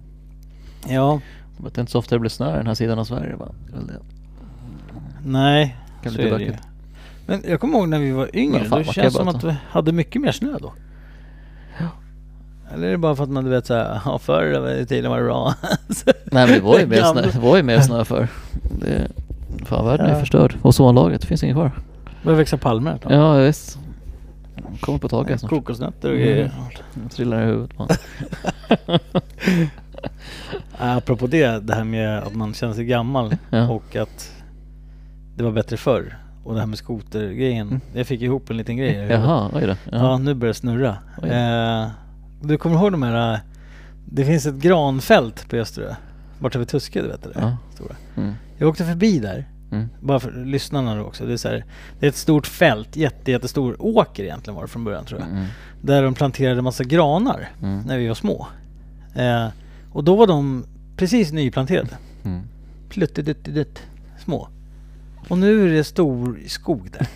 [SPEAKER 3] Ja,
[SPEAKER 4] Men Det är inte så ofta det blir snö i den här sidan av Sverige va? Det är väl det.
[SPEAKER 3] nej.
[SPEAKER 4] Kan
[SPEAKER 3] så
[SPEAKER 4] bli
[SPEAKER 3] är det ju.
[SPEAKER 4] bökigt.
[SPEAKER 3] Men jag kommer ihåg när vi var yngre.
[SPEAKER 4] Men fan,
[SPEAKER 3] då
[SPEAKER 4] vad
[SPEAKER 3] känns det
[SPEAKER 4] kan
[SPEAKER 3] som
[SPEAKER 4] jag
[SPEAKER 3] att vi hade mycket mer snö då. Eller är det bara för att man du vet såhär, ja förr i tiden var det bra.
[SPEAKER 4] Nej men det var ju mer snö,
[SPEAKER 3] Gamla.
[SPEAKER 4] det var ju mer snö förr. Det, fan världen är
[SPEAKER 3] Ja.
[SPEAKER 4] förstörd. Ozonlagret, finns inget kvar.
[SPEAKER 3] Börjar växa palmer här
[SPEAKER 4] Ja visst. Kommer på taket snart.
[SPEAKER 3] Kokosnötter
[SPEAKER 4] Mm.
[SPEAKER 3] och grejer.
[SPEAKER 4] Jag trillar i huvudet på honom.
[SPEAKER 3] Äh, Apropå det, det här med att man känner sig gammal
[SPEAKER 4] Ja.
[SPEAKER 3] och att det var bättre förr. Och det här med skotergrejen. Jag fick ihop en liten grej. i huvudet.
[SPEAKER 4] Mm. Jaha, oj då.
[SPEAKER 3] Ja,
[SPEAKER 4] Ja.
[SPEAKER 3] nu börjar det snurra.
[SPEAKER 4] Oj.
[SPEAKER 3] Eh, du kommer ihåg de här... eh, Det finns ett granfält på Österö. Borta vid Tuske, du vet det där
[SPEAKER 4] Ja.
[SPEAKER 3] stora.
[SPEAKER 4] Mm.
[SPEAKER 3] Jag åkte förbi där.
[SPEAKER 4] Mm.
[SPEAKER 3] Bara för lyssnarna då också. Det är, så här, det är ett stort fält, jätte, jättestor åker egentligen var det från början tror jag.
[SPEAKER 4] Mm.
[SPEAKER 3] Där de planterade massa granar
[SPEAKER 4] Mm.
[SPEAKER 3] när vi var små. Eh, och då var de precis nyplanterade.
[SPEAKER 4] Mm.
[SPEAKER 3] Pluttidutt små. Och nu är det stor skog där.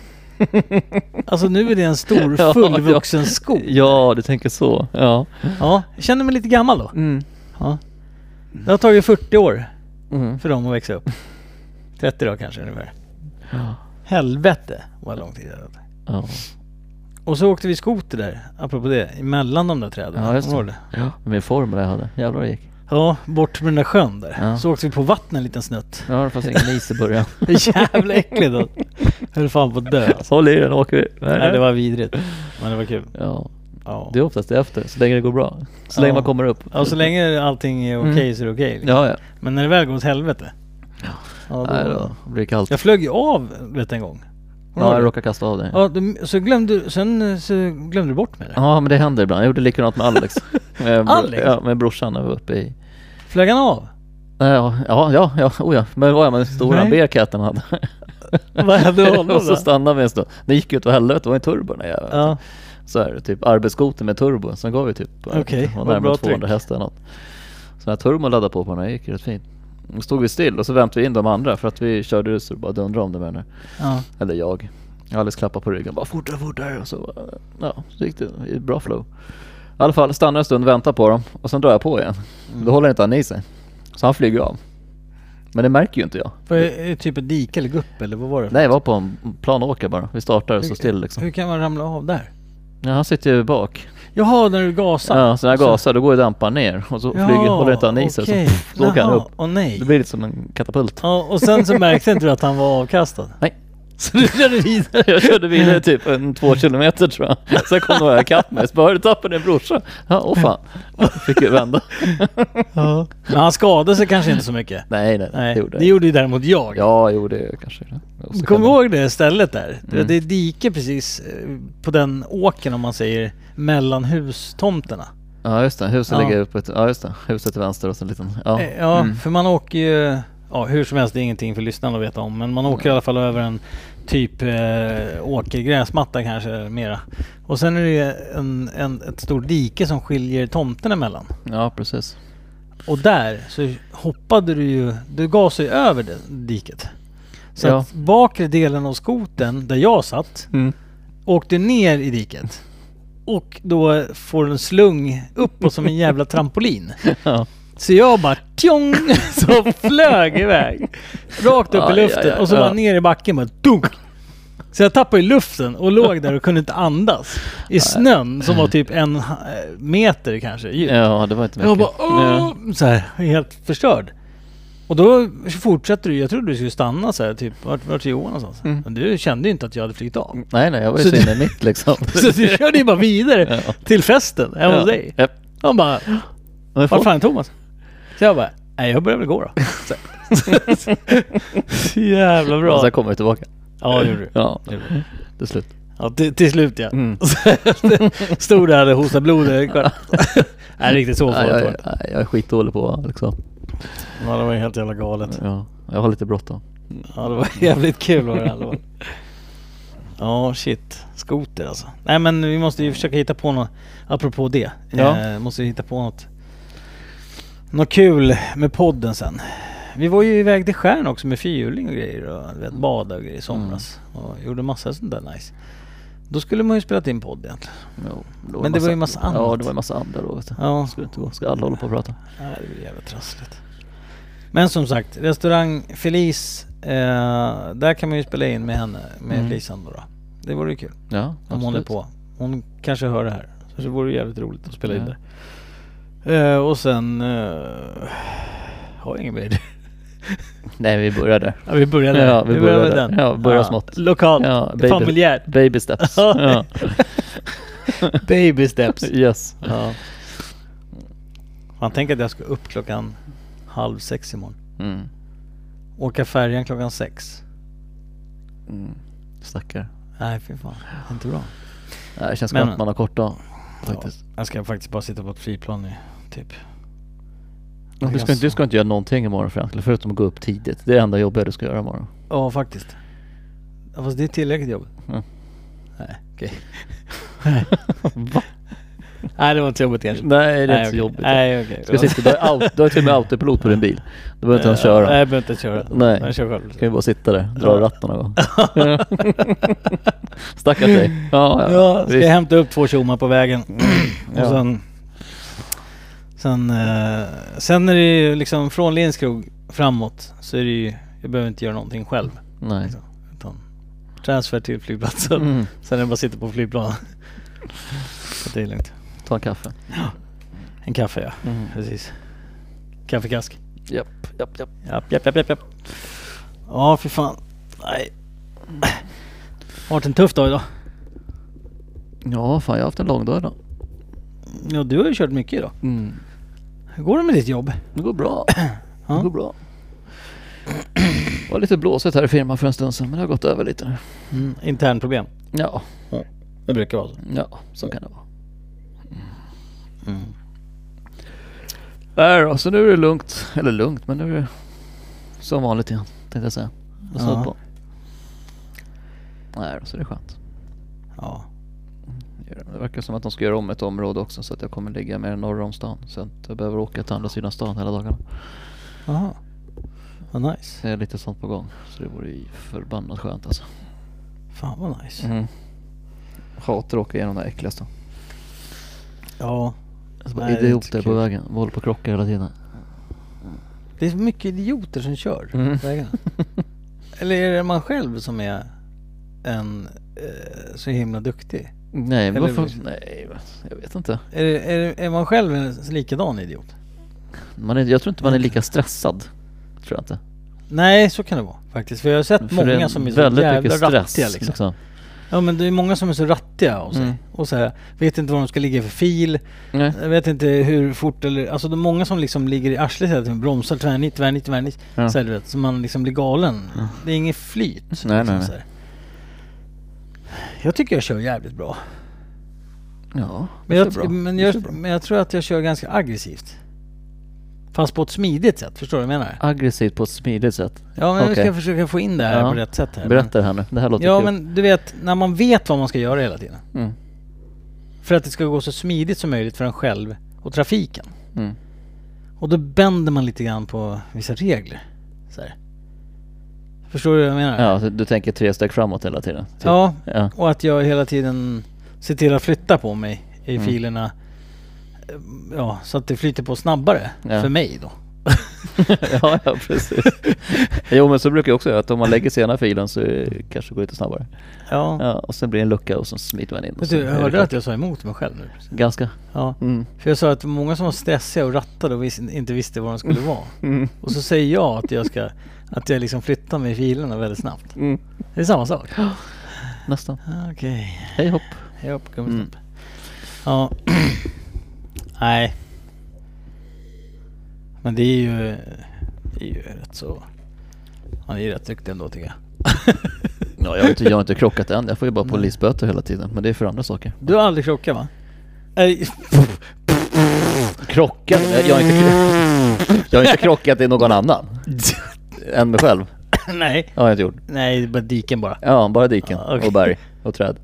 [SPEAKER 3] alltså nu är det en stor
[SPEAKER 4] Ja,
[SPEAKER 3] fullvuxen skog.
[SPEAKER 4] Ja, du tänker så. Ja.
[SPEAKER 3] Ja, jag känner mig lite gammal då.
[SPEAKER 4] Mm.
[SPEAKER 3] Ja. Det har tagit 40 år
[SPEAKER 4] Mm.
[SPEAKER 3] för dem att växa upp. 30 då kanske ungefär.
[SPEAKER 4] Ja.
[SPEAKER 3] Helvete vad lång tid det hade.
[SPEAKER 4] Ja.
[SPEAKER 3] Och så åkte vi skoter där, apropå det, mellan de där träden.
[SPEAKER 4] Ja, just
[SPEAKER 3] Kommer du
[SPEAKER 4] det.
[SPEAKER 3] ihåg
[SPEAKER 4] Ja. Min formel jag hade. Jävlar vad det gick.
[SPEAKER 3] Ja, bort med den där sjön där.
[SPEAKER 4] Ja.
[SPEAKER 3] Så åkte vi på vattnet en liten snutt.
[SPEAKER 4] Ja, det fanns ingen is i början.
[SPEAKER 3] Jävla äckligt. då. Höll fan på att dö. alltså.
[SPEAKER 4] Håll i den, åker vi.
[SPEAKER 3] Nej, det var vidrigt. Men det var kul.
[SPEAKER 4] Ja,
[SPEAKER 3] Ja.
[SPEAKER 4] det är oftast det efter. Så länge det går bra. Så länge
[SPEAKER 3] Ja.
[SPEAKER 4] man kommer upp.
[SPEAKER 3] Ja, så länge allting är okej så är det okej. liksom.
[SPEAKER 4] Mm. Ja, ja.
[SPEAKER 3] Men när det väl går åt helvete. Ja,
[SPEAKER 4] Nej då, det blir kallt.
[SPEAKER 3] Jag flög ju av vet du, en gång.
[SPEAKER 4] Ja, jag råkade kasta av dig.
[SPEAKER 3] Ja, du, så glömde, sen eh, så glömde du bort mig där.
[SPEAKER 4] Ja, men det händer ibland. Jag gjorde likadant med Alex. med,
[SPEAKER 3] Alex?
[SPEAKER 4] Ja, med brorsan när vi var uppe i...
[SPEAKER 3] Flög han av?
[SPEAKER 4] Ja, ja, ja, ja, oh ja. Men vad är den stora
[SPEAKER 3] Nej.
[SPEAKER 4] bearcaten hade?
[SPEAKER 3] Vad hände honom
[SPEAKER 4] och så
[SPEAKER 3] då?
[SPEAKER 4] stannade vi en stund. Det gick ju åt helvete, det var en turbo den jäveln.
[SPEAKER 3] Ja,
[SPEAKER 4] Så här, typ arbetsskoter med turbo. Sen gav vi typ jag vet
[SPEAKER 3] Okej,
[SPEAKER 4] inte, det var
[SPEAKER 3] vad
[SPEAKER 4] närmare
[SPEAKER 3] bra
[SPEAKER 4] 200
[SPEAKER 3] tryck.
[SPEAKER 4] hästar eller något. Så när turbon laddade på på den här gick det rätt fint. Då stod vi still och så väntade vi in de andra för att vi körde ut så det bara dundrade om det med den här.
[SPEAKER 3] ja.
[SPEAKER 4] Eller jag. Alice klappade på ryggen bara fortare, fortare. Och så, bara, ja, så gick det i bra flow. I alla fall stannar en stund, väntar på dem och sen drar jag på igen.
[SPEAKER 3] Mm.
[SPEAKER 4] Då håller inte han i sig. Så han flyger av. Men det märker ju inte jag.
[SPEAKER 3] Var det eh, typ ett dike eller gupp eller vad var det?
[SPEAKER 4] Nej, jag var på en plan och åker bara. Vi startar och står still liksom.
[SPEAKER 3] Hur kan man ramla av där?
[SPEAKER 4] Ja, han sitter ju bak.
[SPEAKER 3] Jaha, när du gasar?
[SPEAKER 4] Ja, så när jag gasar då går ju damparen ner och så flyger, håller inte han i sig.
[SPEAKER 3] okej.
[SPEAKER 4] Så, pff, så åker han
[SPEAKER 3] Jaha,
[SPEAKER 4] upp.
[SPEAKER 3] Åh nej.
[SPEAKER 4] Det blir lite som en katapult.
[SPEAKER 3] Ja, och sen så märkte inte du att han var avkastad?
[SPEAKER 4] Nej.
[SPEAKER 3] Så du körde vidare?
[SPEAKER 4] Jag körde vidare typ en två kilometer tror jag. Sen kom några ikapp mig. Så bara, "Har du tappat din brorsa? Ja, åh fan. Fick jag vända.
[SPEAKER 3] Men han skadade sig kanske inte så mycket?
[SPEAKER 4] Nej, nej,
[SPEAKER 3] Nej,
[SPEAKER 4] nej. Det gjorde
[SPEAKER 3] det
[SPEAKER 4] jag.
[SPEAKER 3] gjorde ju däremot jag.
[SPEAKER 4] Ja, jo det kanske det. Mm. Och så
[SPEAKER 3] Kom
[SPEAKER 4] kan-
[SPEAKER 3] ihåg det stället där? Du vet, Det är dike precis eh, på den åken om man säger mellan hustomterna.
[SPEAKER 4] Ja, just det. Huset
[SPEAKER 3] Ja.
[SPEAKER 4] ligger uppe. till- Ja, just det. Huset till vänster och så en liten... Ja. Mm.
[SPEAKER 3] Eh, Ja, för man åker ju... Ja, hur som helst, det är ingenting för lyssnarna att veta om. Men man åker i alla fall över en typ eh, åkergräsmatta kanske, eller mera. Och sen är det ju en, en, ett stort dike som skiljer tomten emellan.
[SPEAKER 4] Ja, precis.
[SPEAKER 3] Och där så hoppade du ju, du gasade ju över det diket. Så
[SPEAKER 4] Ja.
[SPEAKER 3] att bakre delen av skoten där jag satt
[SPEAKER 4] Mm.
[SPEAKER 3] åkte ner i diket. Och då får du en slung uppåt som en jävla trampolin.
[SPEAKER 4] Ja.
[SPEAKER 3] Så jag bara tjong, så flög iväg. Rakt upp i
[SPEAKER 4] Aj,
[SPEAKER 3] luften
[SPEAKER 4] aj, aj,
[SPEAKER 3] och så
[SPEAKER 4] ja.
[SPEAKER 3] bara ner i backen bara dunk. Så jag tappade i luften och låg där och kunde inte andas. I snön som var typ en eh, meter kanske djup.
[SPEAKER 4] ja, det var inte mycket.
[SPEAKER 3] Jag bara åh! Så här, helt förstörd. Och då fortsätter du. Jag trodde du skulle stanna så här, typ vart, vart är Johan någonstans?
[SPEAKER 4] Mm.
[SPEAKER 3] Men du kände ju inte att jag hade flugit av.
[SPEAKER 4] Nej, nej, jag var ju
[SPEAKER 3] Så
[SPEAKER 4] så
[SPEAKER 3] det-
[SPEAKER 4] inne i mitt liksom.
[SPEAKER 3] Så du körde ju bara vidare
[SPEAKER 4] Ja.
[SPEAKER 3] till festen hemma hos dig.
[SPEAKER 4] Japp.
[SPEAKER 3] Han bara,
[SPEAKER 4] Men
[SPEAKER 3] vart
[SPEAKER 4] folk,
[SPEAKER 3] fan är Thomas? Så jag bara, nej jag börjar väl gå då. Så här. Så jävla
[SPEAKER 4] och
[SPEAKER 3] bra.
[SPEAKER 4] sen kommer vi tillbaka.
[SPEAKER 3] Ja det gjorde du.
[SPEAKER 4] Ja,
[SPEAKER 3] Det gjorde du.
[SPEAKER 4] det är slut.
[SPEAKER 3] Ja, till, till slut ja.
[SPEAKER 4] Mm.
[SPEAKER 3] Stod där och hostade blod i ögonen. Nej riktigt så
[SPEAKER 4] Nej,
[SPEAKER 3] farligt
[SPEAKER 4] jag,
[SPEAKER 3] var det
[SPEAKER 4] jag,
[SPEAKER 3] inte.
[SPEAKER 4] nej, jag är skitdålig på liksom.
[SPEAKER 3] Ja det var ju helt jävla galet.
[SPEAKER 4] Ja, jag har lite bråttom.
[SPEAKER 3] Ja det var jävligt kul var det i alla fall. Ja shit, skoter alltså. Nej men vi måste ju försöka hitta på något, apropå det.
[SPEAKER 4] Ja.
[SPEAKER 3] Eh, måste ju hitta på något, något kul med podden sen. Vi var ju iväg till skärn också med fyrhjuling och grejer och du vet, bada och grejer i somras. Och gjorde massa sånt där nice. då skulle man ju spelat in podd egentligen.
[SPEAKER 4] Jo,
[SPEAKER 3] Men det var ju massa
[SPEAKER 4] Ja,
[SPEAKER 3] annat.
[SPEAKER 4] det var ju massa andra då vet du.
[SPEAKER 3] Ja.
[SPEAKER 4] Skulle inte gå. Ska alla hålla på och prata?
[SPEAKER 3] Nej, det blir jävligt trassligt. Men som sagt, restaurang Felice. Eh, där kan man ju spela in med henne, med
[SPEAKER 4] Mm.
[SPEAKER 3] Felisan då, då. Det vore ju kul.
[SPEAKER 4] Ja,
[SPEAKER 3] Om hon är på. Hon kanske hör det här. Så det vore jävligt roligt att spela in
[SPEAKER 4] Ja.
[SPEAKER 3] det. Eh, och sen... eh, har jag ingen mer idé.
[SPEAKER 4] Nej, vi börjar där.
[SPEAKER 3] Ja, vi börjar där.
[SPEAKER 4] Ja, vi börjar där. Ja, börja smått.
[SPEAKER 3] Lokalt.
[SPEAKER 4] Ja, baby-
[SPEAKER 3] Familjärt.
[SPEAKER 4] Baby steps. ja.
[SPEAKER 3] Baby steps.
[SPEAKER 4] Yes.
[SPEAKER 3] ja. Man tänker att jag ska upp klockan halv sex imorgon.
[SPEAKER 4] Mm.
[SPEAKER 3] Åka färjan klockan sex.
[SPEAKER 4] Mm. Stackare.
[SPEAKER 3] Nej, fy fan. Det är Inte bra.
[SPEAKER 4] Nej, det känns
[SPEAKER 3] Men-
[SPEAKER 4] skönt att man har kort dag. Faktiskt.
[SPEAKER 3] Ja, jag ska faktiskt bara sitta på ett flygplan i typ...
[SPEAKER 4] Men Du, ska, inte- du ska inte göra någonting imorgon Franklin, förutom att gå upp tidigt. Det är det enda jobbiga du ska göra imorgon.
[SPEAKER 3] Ja, faktiskt. Ja, fast det är tillräckligt jobb.
[SPEAKER 4] Ja.
[SPEAKER 3] Nej, okej. Nej, det var inte jobbigt kanske.
[SPEAKER 4] Nej, det är
[SPEAKER 3] Nej,
[SPEAKER 4] inte så
[SPEAKER 3] okej.
[SPEAKER 4] jobbigt.
[SPEAKER 3] Nej, okej.
[SPEAKER 4] Du, ska sitta, du, har out, du har till och med autopilot på din bil. Du behöver inte ens köra.
[SPEAKER 3] Nej,
[SPEAKER 4] Du
[SPEAKER 3] jag behöver inte köra.
[SPEAKER 4] Nej.
[SPEAKER 3] Jag kör själv.
[SPEAKER 4] kan ju bara sitta där, dra
[SPEAKER 3] Ja.
[SPEAKER 4] ratten någon gång. Stackars dig. Ja,
[SPEAKER 3] Ja, ska jag
[SPEAKER 4] visst. Mm.
[SPEAKER 3] hämta upp två tjommar på vägen. Och
[SPEAKER 4] Ja.
[SPEAKER 3] sen... Sen, eh, sen är det ju liksom från Lindskog framåt så är det ju... Jag behöver inte göra någonting själv.
[SPEAKER 4] Nej.
[SPEAKER 3] Utan transfer till flygplatsen.
[SPEAKER 4] Mm.
[SPEAKER 3] Sen är det bara att sitta på flygplan. Så det är lugnt.
[SPEAKER 4] Ta en kaffe.
[SPEAKER 3] En kaffe ja,
[SPEAKER 4] Mm.
[SPEAKER 3] precis. Kaffekask.
[SPEAKER 4] Japp, japp, japp.
[SPEAKER 3] Japp, japp, japp, japp, japp. Ja, för fan. Nej. Har varit en tuff dag idag.
[SPEAKER 4] Ja, fan jag har haft en lång dag idag.
[SPEAKER 3] Ja, du har ju kört mycket idag.
[SPEAKER 4] Mm.
[SPEAKER 3] Hur går det med ditt jobb?
[SPEAKER 4] Det går bra.
[SPEAKER 3] Ja.
[SPEAKER 4] Det går bra. Det var lite blåsigt här i firman för en stund sedan men det har gått över lite nu.
[SPEAKER 3] Mm. Internproblem.
[SPEAKER 4] Ja,
[SPEAKER 3] Det brukar vara så.
[SPEAKER 4] ja så kan det vara.
[SPEAKER 3] Mm.
[SPEAKER 4] Där Äh då, så nu är det lugnt. Eller lugnt, men nu är det som vanligt igen tänkte jag säga. Och så
[SPEAKER 3] Ja.
[SPEAKER 4] på. Nej då, så det är skönt.
[SPEAKER 3] Ja.
[SPEAKER 4] Det verkar som att de ska göra om ett område också så att jag kommer ligga mer norr om stan. Så att jag inte behöver åka till andra sidan stan hela dagarna.
[SPEAKER 3] Jaha. Vad nice.
[SPEAKER 4] Det är lite sånt på gång. Så det vore ju förbannat skönt alltså.
[SPEAKER 3] Fan vad nice.
[SPEAKER 4] Mm. Hatar att åka igenom det här äckliga stan.
[SPEAKER 3] Ja.
[SPEAKER 4] Alltså bara
[SPEAKER 3] Nej, det är inte
[SPEAKER 4] idioter på
[SPEAKER 3] kul.
[SPEAKER 4] vägen. Vi håller på och krockar hela tiden.
[SPEAKER 3] Det är så mycket idioter som kör
[SPEAKER 4] Mm.
[SPEAKER 3] på vägarna. Eller är det man själv som är en eh, så himla duktig?
[SPEAKER 4] Nej, men
[SPEAKER 3] Eller-
[SPEAKER 4] varför? Nej, men jag vet inte.
[SPEAKER 3] Är, det, är, det, är man själv en likadan idiot?
[SPEAKER 4] Man är, jag tror inte man är lika stressad. Tror jag inte.
[SPEAKER 3] Nej, så kan det vara faktiskt. För jag har sett
[SPEAKER 4] För det
[SPEAKER 3] många som är så
[SPEAKER 4] väldigt
[SPEAKER 3] jävla
[SPEAKER 4] mycket stress
[SPEAKER 3] rattiga liksom. Ja men det är många som är så rattiga av sig.
[SPEAKER 4] Mm.
[SPEAKER 3] Och så här, vet inte vad de ska ligga för fil.
[SPEAKER 4] Nej.
[SPEAKER 3] Jag vet inte hur fort eller... Alltså det är många som liksom ligger i arslet hela tiden. Bromsar tvärnit, tvärnit, tvärnit.
[SPEAKER 4] Ja.
[SPEAKER 3] Så, här, du vet, så man liksom blir galen. Det är inget flyt. liksom,
[SPEAKER 4] nej, nej.
[SPEAKER 3] så här. Jag tycker jag kör jävligt bra.
[SPEAKER 4] Ja,
[SPEAKER 3] Men
[SPEAKER 4] det är
[SPEAKER 3] jag,
[SPEAKER 4] bra.
[SPEAKER 3] men,
[SPEAKER 4] Det är bra.
[SPEAKER 3] jag, men jag tror att jag kör ganska aggressivt. Fast på ett smidigt sätt, förstår du vad jag menar?
[SPEAKER 4] Aggressivt på ett smidigt sätt.
[SPEAKER 3] Ja men jag
[SPEAKER 4] Okej.
[SPEAKER 3] ska försöka få in det här
[SPEAKER 4] Ja.
[SPEAKER 3] på rätt sätt här.
[SPEAKER 4] Berätta det här nu. Det här
[SPEAKER 3] Men,
[SPEAKER 4] låter
[SPEAKER 3] ja
[SPEAKER 4] kul.
[SPEAKER 3] men du vet, när man vet vad man ska göra hela tiden.
[SPEAKER 4] Mm.
[SPEAKER 3] För att det ska gå så smidigt som möjligt för en själv och trafiken.
[SPEAKER 4] Mm.
[SPEAKER 3] Och då bänder man lite grann på vissa regler. Så här. Förstår du vad jag menar?
[SPEAKER 4] Ja, så du tänker tre steg framåt hela tiden? typ.
[SPEAKER 3] Ja,
[SPEAKER 4] ja.
[SPEAKER 3] och att jag hela tiden ser till att flytta på mig i
[SPEAKER 4] Mm.
[SPEAKER 3] filerna. Ja, så att det flyter på snabbare
[SPEAKER 4] Ja.
[SPEAKER 3] för mig då.
[SPEAKER 4] ja, ja precis. jo men så brukar jag också göra, att om man lägger sig i ena filen så eh, kanske det går lite snabbare.
[SPEAKER 3] Ja.
[SPEAKER 4] Ja, och sen blir det en lucka och så smiter man in. och
[SPEAKER 3] Vet
[SPEAKER 4] så
[SPEAKER 3] du,
[SPEAKER 4] är
[SPEAKER 3] jag
[SPEAKER 4] det
[SPEAKER 3] hörde
[SPEAKER 4] klart.
[SPEAKER 3] att jag sa emot mig själv nu. precis.
[SPEAKER 4] Ganska.
[SPEAKER 3] Ja.
[SPEAKER 4] Mm.
[SPEAKER 3] För jag sa att många som var stressiga och rattade och vis- inte visste vad de skulle
[SPEAKER 4] Mm.
[SPEAKER 3] vara. Och så säger jag att jag ska, att jag liksom flyttar mig i filerna väldigt snabbt.
[SPEAKER 4] Mm.
[SPEAKER 3] Det är samma sak. Ah,
[SPEAKER 4] Nästan.
[SPEAKER 3] Okej,
[SPEAKER 4] Hej hopp.
[SPEAKER 3] okay. upp, gummit
[SPEAKER 4] Mm.
[SPEAKER 3] upp. Ja. Nej. Men det är ju, det är ju rätt så... Han är ju rätt duktig ändå tycker jag.
[SPEAKER 4] Ja, jag, har inte, jag har inte krockat än, jag får ju bara polisböter hela tiden. Men det är för andra saker.
[SPEAKER 3] Du har aldrig krockat va? Nej,
[SPEAKER 4] Krockat? Jag har inte, kro- jag har inte krockat i någon annan. Än mig själv.
[SPEAKER 3] nej,
[SPEAKER 4] Ja, jag har inte gjort.
[SPEAKER 3] nej, det är bara diken bara.
[SPEAKER 4] Ja, bara diken
[SPEAKER 3] Ja, okej.
[SPEAKER 4] och berg och träd.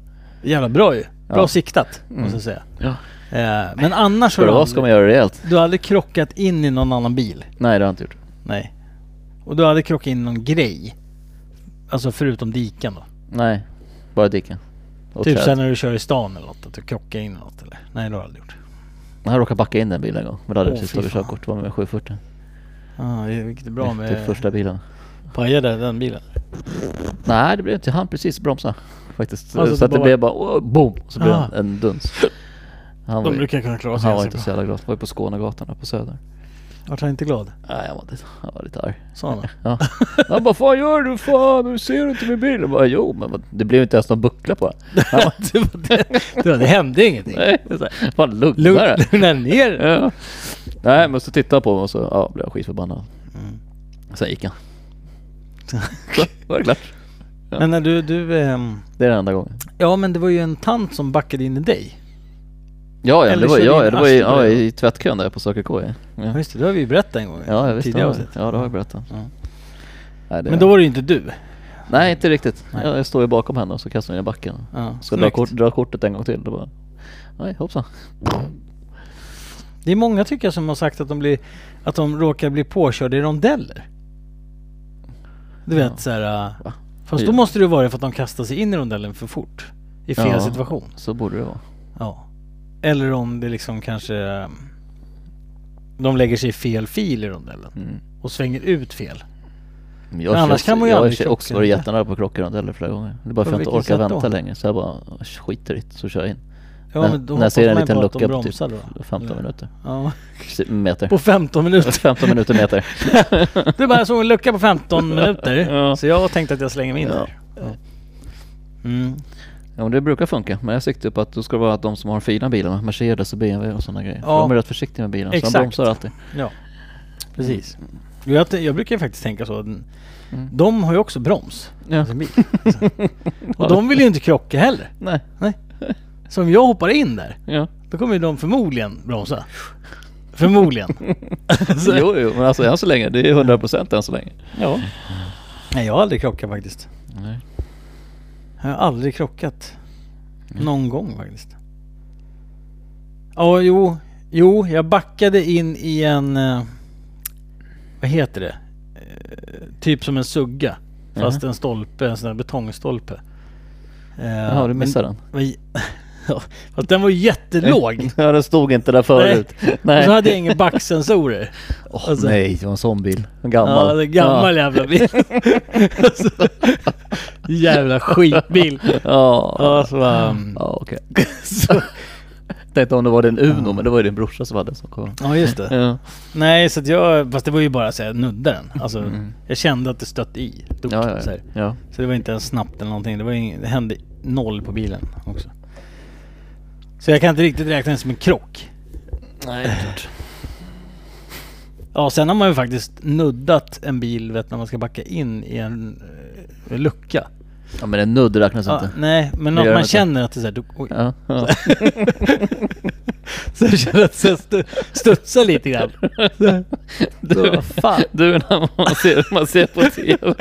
[SPEAKER 3] Jävla bra ju. Bra
[SPEAKER 4] Ja.
[SPEAKER 3] siktat, måste jag säga.
[SPEAKER 4] Ja.
[SPEAKER 3] Eh, men annars
[SPEAKER 4] För
[SPEAKER 3] har du,
[SPEAKER 4] vad ska
[SPEAKER 3] aldrig,
[SPEAKER 4] man göra rejält?
[SPEAKER 3] du har aldrig krockat in i någon annan bil?
[SPEAKER 4] Nej, det har jag inte gjort.
[SPEAKER 3] Nej. Och du har aldrig krockat in i någon grej? Alltså förutom diken då?
[SPEAKER 4] Nej, bara diken. Och
[SPEAKER 3] typ
[SPEAKER 4] träd.
[SPEAKER 3] sen när du kör i stan eller något, att du krockar in i något eller? Nej det har du aldrig gjort.
[SPEAKER 4] Jag råkade backa in den bilen en gång. Men då hade jag
[SPEAKER 3] Åh,
[SPEAKER 4] precis
[SPEAKER 3] fy
[SPEAKER 4] tagit
[SPEAKER 3] fan.
[SPEAKER 4] körkort. Var med 740.
[SPEAKER 3] Ah, vilket är bra
[SPEAKER 4] Typ
[SPEAKER 3] med...
[SPEAKER 4] första bilen.
[SPEAKER 3] Pajade den bilen?
[SPEAKER 4] Nej, det blev inte. Han precis bromsa faktiskt.
[SPEAKER 3] Alltså,
[SPEAKER 4] så
[SPEAKER 3] det
[SPEAKER 4] att det
[SPEAKER 3] bara-
[SPEAKER 4] blev bara åh, boom. Så blev
[SPEAKER 3] Ah.
[SPEAKER 4] det en duns. Han var,
[SPEAKER 3] De
[SPEAKER 4] ju,
[SPEAKER 3] brukar kunna klara sig
[SPEAKER 4] han var
[SPEAKER 3] ganska
[SPEAKER 4] inte
[SPEAKER 3] bra.
[SPEAKER 4] så jävla glad. Han var ju på Skånegatan här på Söder.
[SPEAKER 3] Vart han inte glad?
[SPEAKER 4] Nej, han var lite, han var lite arg.
[SPEAKER 3] Sa han då?
[SPEAKER 4] Ja. Han bara fan gör du fan? Ser du inte min bil? Jag bara jo men vad- det blev ju inte ens någon buckla på den. Han bara,
[SPEAKER 3] det, var det, det, var, det hände ingenting.
[SPEAKER 4] Nej, så här, fan lugna dig.
[SPEAKER 3] Lugna ner dig.
[SPEAKER 4] Ja. Nej men så tittade han på mig och så ja, blev jag skitförbannad. Sen gick han. Så var det klart.
[SPEAKER 3] Men när du, du... ehm,
[SPEAKER 4] Det är den enda gången.
[SPEAKER 3] Ja men det var ju en tant som backade in i dig.
[SPEAKER 4] Ja, ja
[SPEAKER 3] Eller
[SPEAKER 4] det var,
[SPEAKER 3] körde
[SPEAKER 4] ja,
[SPEAKER 3] in
[SPEAKER 4] ja, det var i,
[SPEAKER 3] arslet på
[SPEAKER 4] ja,
[SPEAKER 3] dig.
[SPEAKER 4] i tvättkön där på Söker K. Ja,
[SPEAKER 3] Ja just det, det har vi ju berättat en gång.
[SPEAKER 4] ja jag visste
[SPEAKER 3] tidigare
[SPEAKER 4] det.
[SPEAKER 3] avsnitt.
[SPEAKER 4] Ja, det har jag berättat.
[SPEAKER 3] Ja.
[SPEAKER 4] Nej, det,
[SPEAKER 3] Men då var det ju inte du.
[SPEAKER 4] nej, inte riktigt.
[SPEAKER 3] Nej.
[SPEAKER 4] Jag, jag står ju bakom henne och så kastar hon i backen.
[SPEAKER 3] Ja,
[SPEAKER 4] Ska dra,
[SPEAKER 3] snyggt.
[SPEAKER 4] kort, dra kortet en gång till. Då bara, nej, hoppsan.
[SPEAKER 3] Det är många tycker jag som har sagt att de, blir, att de råkar bli påkörda i rondeller. Du vet så här. äh,
[SPEAKER 4] Va?
[SPEAKER 3] Fast då
[SPEAKER 4] Ja.
[SPEAKER 3] måste det vara för att de kastar sig in i rondellen för fort. I fel
[SPEAKER 4] Ja.
[SPEAKER 3] situation.
[SPEAKER 4] Så borde det vara.
[SPEAKER 3] Ja. Eller om det liksom kanske... äh, De lägger sig i fel fil i rondellen.
[SPEAKER 4] Mm.
[SPEAKER 3] Och svänger ut fel.
[SPEAKER 4] Men jag
[SPEAKER 3] Men
[SPEAKER 4] har
[SPEAKER 3] annars
[SPEAKER 4] kört-
[SPEAKER 3] kan man ju
[SPEAKER 4] jag har
[SPEAKER 3] aldrig
[SPEAKER 4] kört- också
[SPEAKER 3] krocka.
[SPEAKER 4] varit jättenära på att krocka i rondeller flera gånger. Det är bara
[SPEAKER 3] På
[SPEAKER 4] för att jag inte
[SPEAKER 3] vilket
[SPEAKER 4] orkar
[SPEAKER 3] sätt då?
[SPEAKER 4] vänta längre. Så jag bara skiter i det, så kör jag in.
[SPEAKER 3] Ja,
[SPEAKER 4] Men
[SPEAKER 3] men då
[SPEAKER 4] när jag ser en
[SPEAKER 3] hoppas man
[SPEAKER 4] liten
[SPEAKER 3] ju på att de
[SPEAKER 4] lucka på typ
[SPEAKER 3] bromsar då. Mm.
[SPEAKER 4] 15
[SPEAKER 3] Eller-
[SPEAKER 4] minuter.
[SPEAKER 3] Ja.
[SPEAKER 4] Meter.
[SPEAKER 3] På 15 minuter.
[SPEAKER 4] 15 minuter meter.
[SPEAKER 3] Du bara, jag såg en lucka på 15 minuter.
[SPEAKER 4] Ja.
[SPEAKER 3] Så jag tänkte att jag slänger mig in
[SPEAKER 4] Ja.
[SPEAKER 3] där. Mm.
[SPEAKER 4] Ja men det brukar funka. Men jag siktar ju på att då ska det vara att de som har de fina bilarna, Mercedes och BMW och sådana grejer. För
[SPEAKER 3] Ja.
[SPEAKER 4] de är rätt försiktiga med bilen så
[SPEAKER 3] Exakt.
[SPEAKER 4] de bromsar alltid.
[SPEAKER 3] Ja, precis. Jo, Jag, jag brukar ju faktiskt tänka så. Den-
[SPEAKER 4] Mm.
[SPEAKER 3] De har ju också broms
[SPEAKER 4] Ja.
[SPEAKER 3] på sin bil. Och de vill ju inte krocka heller.
[SPEAKER 4] Nej.
[SPEAKER 3] Så om jag hoppar in där,
[SPEAKER 4] Ja.
[SPEAKER 3] då kommer ju de förmodligen bromsa. Förmodligen. Så-
[SPEAKER 4] Jo, jo, men alltså än så länge. Det är 100% än så länge.
[SPEAKER 3] Ja. Nej, jag har aldrig krockat faktiskt.
[SPEAKER 4] Nej.
[SPEAKER 3] Jag har aldrig krockat. Någon gång faktiskt. Ja, jo. Jo, jag backade in i en... eh, Vad heter det? Eh, Typ som en sugga.
[SPEAKER 4] Mhm.
[SPEAKER 3] Fast en stolpe, en sån där betongstolpe. Eh,
[SPEAKER 4] Jaha, du missade den.
[SPEAKER 3] men, den? ja, fast den var ju jättelåg.
[SPEAKER 4] Ja, den stod inte där förut. Nej.
[SPEAKER 3] Och så hade jag inga backsensorer.
[SPEAKER 4] Åh,
[SPEAKER 3] alltså-
[SPEAKER 4] nej, det var en sån bil. En
[SPEAKER 3] Ja,
[SPEAKER 4] gammal.
[SPEAKER 3] det är en gammal jävla bil. alltså, jävla skitbil.
[SPEAKER 4] Ja, ja.
[SPEAKER 3] Ja, så, um,
[SPEAKER 4] ja okej.
[SPEAKER 3] så,
[SPEAKER 4] hette inte om det var din Uno, men det var ju din brorsa som hade den som kom.
[SPEAKER 3] Ja just det.
[SPEAKER 4] Ja.
[SPEAKER 3] Nej så att jag, fast det var ju bara såhär nudda den. Alltså jag kände att det stött i. Dog,
[SPEAKER 4] Mm. Ja,
[SPEAKER 3] Så,
[SPEAKER 4] ja,
[SPEAKER 3] här.
[SPEAKER 4] ja.
[SPEAKER 3] så det var inte ens snabbt eller någonting. Det, var ing, det hände noll på bilen också. Så jag kan inte riktigt räkna den som en krock.
[SPEAKER 4] Nej, klart.
[SPEAKER 3] Ja, sen har man ju faktiskt nuddat en bil vet, när man ska backa in i en eh, lucka.
[SPEAKER 4] Ja men en nudd räknas
[SPEAKER 3] Ja,
[SPEAKER 4] inte.
[SPEAKER 3] nej, men
[SPEAKER 4] Det
[SPEAKER 3] något
[SPEAKER 4] gör
[SPEAKER 3] man
[SPEAKER 4] inte.
[SPEAKER 3] känner att det är såhär... Oj.
[SPEAKER 4] Ja, ja.
[SPEAKER 3] Så jag känner att jag stu, studsar lite grann. Så, vad fan.
[SPEAKER 4] Du när man ser, man ser på TV.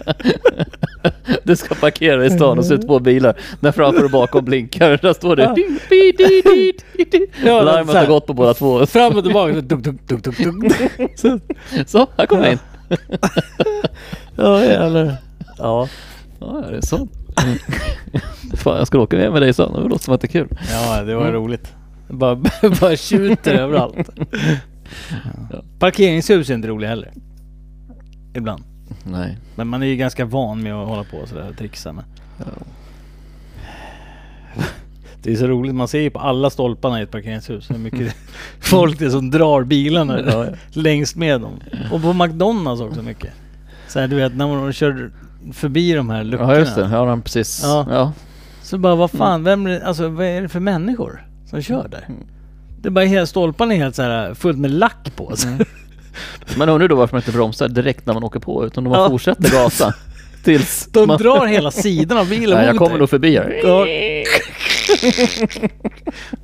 [SPEAKER 4] Du ska parkera i stan och ser två bilar. Där framför och bakom blinkar. Där står det... Ding, bi, di, di, di, di.
[SPEAKER 3] Ja,
[SPEAKER 4] Larmet
[SPEAKER 3] så här.
[SPEAKER 4] har gått på båda två.
[SPEAKER 3] Fram och tillbaka. så Dunk, dunk, dunk, dunk, dunk. Så,
[SPEAKER 4] Så, här kommer jag in.
[SPEAKER 3] ja, jävlar. Ja.
[SPEAKER 4] Ja, det är så. Fan, jag skulle åka med med dig sen. Det låter som att det är kul.
[SPEAKER 3] ja, det var roligt. Bara, bara tjuter överallt. Ja. Parkeringshus är inte roliga heller. Ibland.
[SPEAKER 4] Nej.
[SPEAKER 3] Men man är ju ganska van med att hålla på och sådär och trixa med. Det är så roligt, man ser ju på alla stolparna i ett parkeringshus hur mycket folk det är som drar bilarna
[SPEAKER 4] Mm. Ja, ja.
[SPEAKER 3] längst med dem. Och på McDonalds också mycket. Så här, du vet när man kör förbi de här luckorna.
[SPEAKER 4] Ja, Mm. just det. Här har han precis...
[SPEAKER 3] Ja.
[SPEAKER 4] Ja.
[SPEAKER 3] Så bara vad fan, vem, är- alltså, vad är det för människor som kör där?
[SPEAKER 4] Mm.
[SPEAKER 3] Det är bara hela stolparna är helt så här fullt med lack på. Så.
[SPEAKER 4] Mm. Man undrar då varför man inte bromsar direkt när man åker på. Utan de
[SPEAKER 3] Ja.
[SPEAKER 4] fortsätter gasa. Tills
[SPEAKER 3] De
[SPEAKER 4] man...
[SPEAKER 3] drar hela sidan av bilen
[SPEAKER 4] Nej, jag
[SPEAKER 3] mot
[SPEAKER 4] kommer
[SPEAKER 3] dig.
[SPEAKER 4] nog förbi här.
[SPEAKER 3] Ja.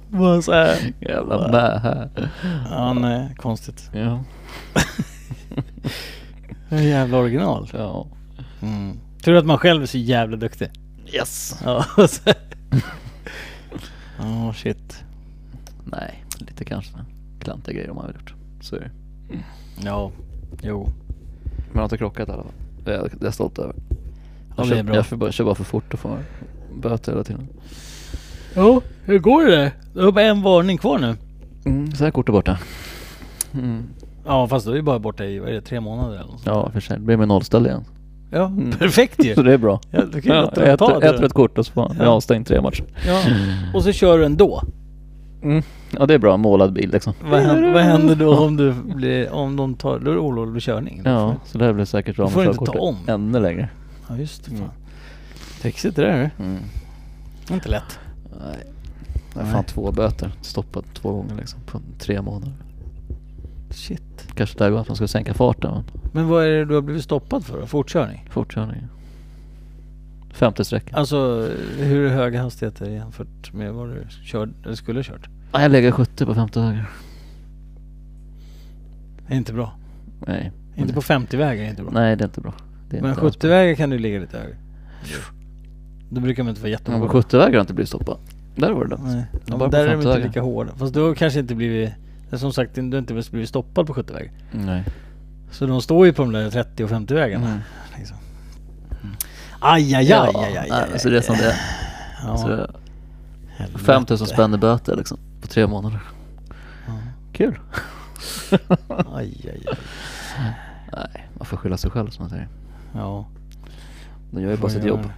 [SPEAKER 3] Bara så här.
[SPEAKER 4] Jävla bä här.
[SPEAKER 3] Ja, nej, konstigt.
[SPEAKER 4] Ja.
[SPEAKER 3] Jävla original.
[SPEAKER 4] ja.
[SPEAKER 3] Mm. Tur att man själv är så jävla duktig.
[SPEAKER 4] Yes.
[SPEAKER 3] Ja, och så- Ja, shit.
[SPEAKER 4] Nej, lite kanske klantiga grejer de har gjort. Så är det.
[SPEAKER 3] Ja, jo.
[SPEAKER 4] Men de har inte krockat i alla fall. Det är jag det är jag stolt över.
[SPEAKER 3] Ja,
[SPEAKER 4] Jag,
[SPEAKER 3] det är
[SPEAKER 4] kör,
[SPEAKER 3] bra.
[SPEAKER 4] jag för, bara- kör bara för fort och får böter hela tiden.
[SPEAKER 3] Jo, hur går det? Du har bara en varning kvar nu.
[SPEAKER 4] Mm, så här kort är borta. Mm.
[SPEAKER 3] Ja, fast då är det bara borta i, vad är det, tre månader eller något sånt.
[SPEAKER 4] Ja, för sig. Det blir med nollställ igen.
[SPEAKER 3] Ja, perfekt ju.
[SPEAKER 4] Så det är bra.
[SPEAKER 3] Ja, du kan ju låta dem
[SPEAKER 4] ett,
[SPEAKER 3] ta det
[SPEAKER 4] ett
[SPEAKER 3] då.
[SPEAKER 4] rött kort och så får man
[SPEAKER 3] Ja.
[SPEAKER 4] ja. avstängd tre matcher.
[SPEAKER 3] Ja. Och så kör du ändå.
[SPEAKER 4] Ja, det är bra. Målad bil liksom.
[SPEAKER 3] Vad händer, vad händer då om du blir, om de tar, då är det olovlig körning?
[SPEAKER 4] Ja, så det här blir säkert bra
[SPEAKER 3] Då
[SPEAKER 4] med
[SPEAKER 3] får du inte ta
[SPEAKER 4] körkortet
[SPEAKER 3] om.
[SPEAKER 4] Ännu längre.
[SPEAKER 3] ja just det. Fan. Trixigt det där du.
[SPEAKER 4] Mm.
[SPEAKER 3] Inte lätt.
[SPEAKER 4] Nej. Det är fan två böter. Stoppat två gånger liksom på tre månader.
[SPEAKER 3] Shit.
[SPEAKER 4] Kanske där går att man ska sänka farten. Men
[SPEAKER 3] Men vad är det du har blivit stoppad för då? Fortkörning?
[SPEAKER 4] fortkörning. Femte sträckan.
[SPEAKER 3] Alltså hur höga hastigheter jämfört med vad du körde, eller skulle ha kört?
[SPEAKER 4] Ah, jag lägger 70 på femte höger.
[SPEAKER 3] Det är inte bra.
[SPEAKER 4] Nej.
[SPEAKER 3] Inte på 50-vägar är inte bra.
[SPEAKER 4] Nej, det är inte bra. Det är
[SPEAKER 3] Men
[SPEAKER 4] inte alls bra.
[SPEAKER 3] 70-vägar kan du ligga lite högre. Då brukar man inte vara
[SPEAKER 4] Men på
[SPEAKER 3] jättemånga.
[SPEAKER 4] 70 vägar har jag inte blivit stoppad. Där var det lugnt.
[SPEAKER 3] Nej.
[SPEAKER 4] Det
[SPEAKER 3] Ja,
[SPEAKER 4] var bara
[SPEAKER 3] där
[SPEAKER 4] på
[SPEAKER 3] är de inte
[SPEAKER 4] 50-vägar.
[SPEAKER 3] lika hårda. Fast du har kanske inte blivit, som sagt du har inte blivit stoppad på 70-vägar.
[SPEAKER 4] Nej.
[SPEAKER 3] Så de står ju på de där 30 och 50-vägarna.
[SPEAKER 4] Mm.
[SPEAKER 3] Liksom. Aj, aj, aj, aj, aj, aj,
[SPEAKER 4] nej, Så det är som det är.
[SPEAKER 3] Ja,
[SPEAKER 4] Så det är
[SPEAKER 3] helvete.
[SPEAKER 4] 5000 spänn i böter liksom. På tre månader. Kul.
[SPEAKER 3] Aj, aj, aj.
[SPEAKER 4] Nej, man får skylla sig själv som man säger.
[SPEAKER 3] Ja.
[SPEAKER 4] De gör ju bara sitt
[SPEAKER 3] göra
[SPEAKER 4] jobb.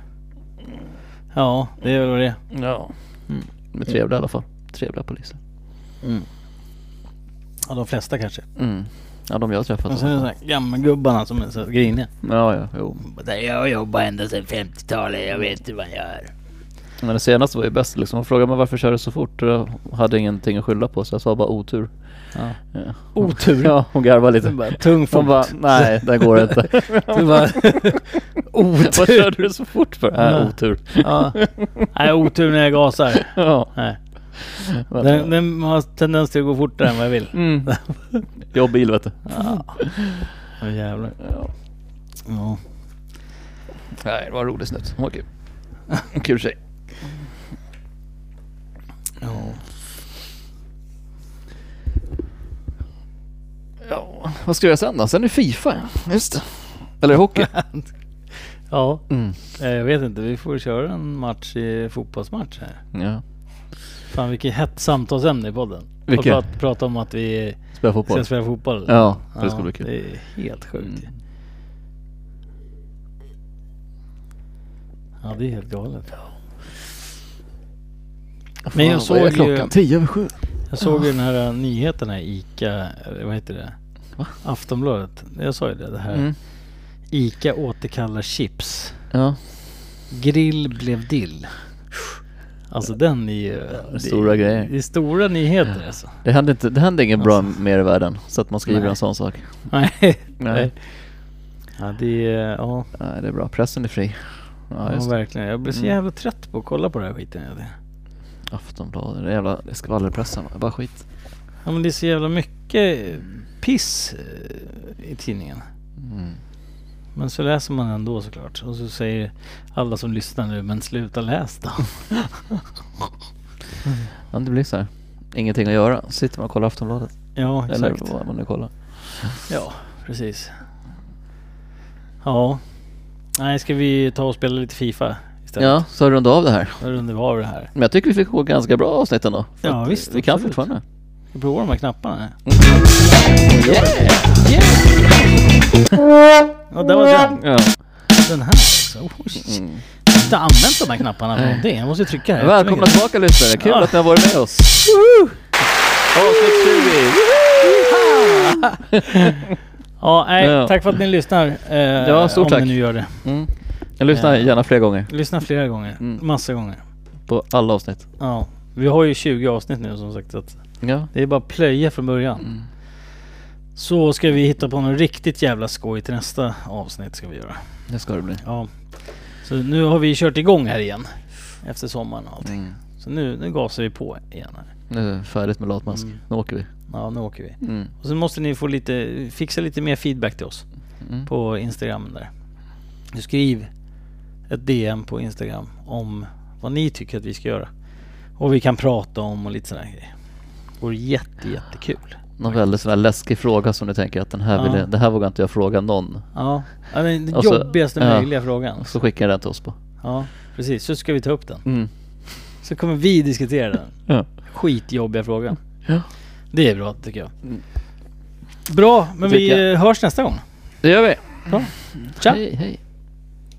[SPEAKER 3] ja, det är väl vad det är.
[SPEAKER 4] Ja. Mm. De är trevliga i alla fall. Trevliga poliser.
[SPEAKER 3] Ja, de flesta kanske.
[SPEAKER 4] Mm. Ja, de jag har träffat. i
[SPEAKER 3] Men sen är
[SPEAKER 4] alla
[SPEAKER 3] det
[SPEAKER 4] fall.
[SPEAKER 3] sådana gammelgubbarna som är så griniga.
[SPEAKER 4] Ja, ja, jo.
[SPEAKER 5] Jag har jobbat ända sedan 50-talet, jag vet hur man gör.
[SPEAKER 4] Men det senaste var ju bäst liksom. Hon frågade mig varför kör du så fort? Och Jag hade ingenting att skylla på så jag sa bara otur.
[SPEAKER 3] Ja.
[SPEAKER 4] Ja.
[SPEAKER 3] Otur.
[SPEAKER 4] Ja, hon garvade lite.
[SPEAKER 3] Bara, tung
[SPEAKER 4] Hon
[SPEAKER 3] fot.
[SPEAKER 4] bara, nej det går inte.
[SPEAKER 3] Du bara,
[SPEAKER 4] Vad körde du så fort för? Nej,
[SPEAKER 3] Nej.
[SPEAKER 4] otur.
[SPEAKER 3] ja. Nej, otur när jag gasar.
[SPEAKER 4] Ja.
[SPEAKER 3] Nej. Den, den har tendens till att gå fortare än vad jag vill.
[SPEAKER 4] Mm. Jag bil vet du.
[SPEAKER 3] Åh jävlar.
[SPEAKER 4] Ja.
[SPEAKER 3] Ja.
[SPEAKER 4] Nej, det var en rolig snutt. Hon var kul. En Kul tjej.
[SPEAKER 3] ja.
[SPEAKER 4] Ja, vad ska jag göra sen då? Sen är Fifa ja. Just det. Eller hockey.
[SPEAKER 3] Ja,
[SPEAKER 4] Mm.
[SPEAKER 3] eh, jag vet inte. Vi får köra en match i fotbollsmatch här.
[SPEAKER 4] Ja.
[SPEAKER 3] Fan vilket hett samtalsämne i podden.
[SPEAKER 4] Vilket?
[SPEAKER 3] Att prata, prata om att vi ska
[SPEAKER 4] Spela fotboll.
[SPEAKER 3] spela fotboll.
[SPEAKER 4] Ja, det ska bli kul. Mm.
[SPEAKER 3] Det är helt sjukt. ju. Ja, det är helt galet. Men jag såg ju,
[SPEAKER 4] Tio över sju.
[SPEAKER 3] Jag såg ju den här eh, nyheten här, ICA, eller vad heter det?
[SPEAKER 4] Va?
[SPEAKER 3] Aftonbladet. Jag sa ju det, det här.
[SPEAKER 4] Mm.
[SPEAKER 3] ICA återkallar chips.
[SPEAKER 4] Ja.
[SPEAKER 3] Grill blev dill. Alltså den är ju... Det,
[SPEAKER 4] stora grejer.
[SPEAKER 3] Det är stora nyheter alltså.
[SPEAKER 4] Det hände, inte, det hände ingen bra mer i världen så att man skriver
[SPEAKER 3] Nej.
[SPEAKER 4] en sån sak.
[SPEAKER 3] Nej.
[SPEAKER 4] Nej.
[SPEAKER 3] Nej. Ja det är... Ja,
[SPEAKER 4] Nej, det är bra. Pressen är fri. Ja,
[SPEAKER 3] ja,
[SPEAKER 4] just det. Mm.
[SPEAKER 3] verkligen. Jag blir så jävla trött på att kolla på den här skiten. jag vet.
[SPEAKER 4] Aftonbladet, det är jävla skvallerpressen. va? Bara skit.
[SPEAKER 3] Ja men det är så jävla mycket eh, piss eh, i tidningen.
[SPEAKER 4] Mm.
[SPEAKER 3] Men så läser man ändå såklart. Och så säger alla som lyssnar nu, men sluta läs då.
[SPEAKER 4] Ja, det blir så här. Ingenting att göra. Sitter man och kollar Aftonbladet.
[SPEAKER 3] Ja,
[SPEAKER 4] Eller
[SPEAKER 3] exakt.
[SPEAKER 4] vad man nu kollar.
[SPEAKER 3] Ja, precis. Ja. Nej, ska vi ta och spela lite FIFA istället?
[SPEAKER 4] Ja, så runda av det här.
[SPEAKER 3] Då rundar vi av det här.
[SPEAKER 4] Men jag tycker vi fick gå ganska bra avsnitt ändå. För
[SPEAKER 3] Ja,
[SPEAKER 4] att
[SPEAKER 3] visst,
[SPEAKER 4] Vi kan
[SPEAKER 3] absolut.
[SPEAKER 4] fortfarande.
[SPEAKER 3] Vi provar de här knapparna.
[SPEAKER 4] Mm.
[SPEAKER 3] Ja, där var den.
[SPEAKER 4] Ja.
[SPEAKER 3] Den här också. Oh, shit.
[SPEAKER 4] Mm.
[SPEAKER 3] Jag har inte använt de här knapparna för någonting. Jag måste ju trycka här.
[SPEAKER 4] Välkomna tillbaka lyssnare. Kul
[SPEAKER 3] Ja.
[SPEAKER 4] att ni har varit med oss. Avsnitt 20.
[SPEAKER 3] Ja, nej,
[SPEAKER 4] Ja.
[SPEAKER 3] tack för att ni lyssnar. Eh,
[SPEAKER 4] Ja, stort
[SPEAKER 3] om
[SPEAKER 4] tack.
[SPEAKER 3] ni nu gör det.
[SPEAKER 4] Mm. Jag lyssnar gärna fler gånger
[SPEAKER 3] Lyssna flera gånger.
[SPEAKER 4] Mm.
[SPEAKER 3] Massa gånger.
[SPEAKER 4] på alla avsnitt.
[SPEAKER 3] Ja. Vi har ju 20 avsnitt nu som sagt. Så att
[SPEAKER 4] Ja.
[SPEAKER 3] det är bara att plöja från början. Så ska vi hitta på något riktigt jävla skoj till nästa avsnitt ska vi göra.
[SPEAKER 4] Det ska det bli.
[SPEAKER 3] Ja. Så nu har vi kört igång här igen. Efter sommaren och allting. Så nu, nu gasar vi på igen här.
[SPEAKER 4] Mm. Nu är det färdigt med latmask.
[SPEAKER 3] Mm.
[SPEAKER 4] Nu åker vi. Mm.
[SPEAKER 3] Ja, nu åker vi. Och så måste ni få lite, fixa lite mer feedback till oss. På Instagram där. Du skriv ett DM på Instagram om vad ni tycker att vi ska göra. Och vi kan prata om och lite sådana grejer. Det vore jätte, jättekul.
[SPEAKER 4] Någon väldigt sån här läskig fråga som du tänker att den här, ville, det här vågar inte jag fråga någon.
[SPEAKER 3] Ja, ja den
[SPEAKER 4] Och så-
[SPEAKER 3] jobbigaste
[SPEAKER 4] ja.
[SPEAKER 3] möjliga frågan.
[SPEAKER 4] Så skickar jag den till oss på.
[SPEAKER 3] Ja, precis. Så ska vi ta upp den.
[SPEAKER 4] Mm.
[SPEAKER 3] Så kommer vi diskutera den.
[SPEAKER 4] Ja.
[SPEAKER 3] Skitjobbiga frågan.
[SPEAKER 4] Ja. Mm.
[SPEAKER 3] Det är bra tycker jag. Bra, men vi
[SPEAKER 4] Tycker
[SPEAKER 3] eh, hörs nästa gång.
[SPEAKER 4] Det gör vi.
[SPEAKER 3] Tja!
[SPEAKER 4] Hej, hej.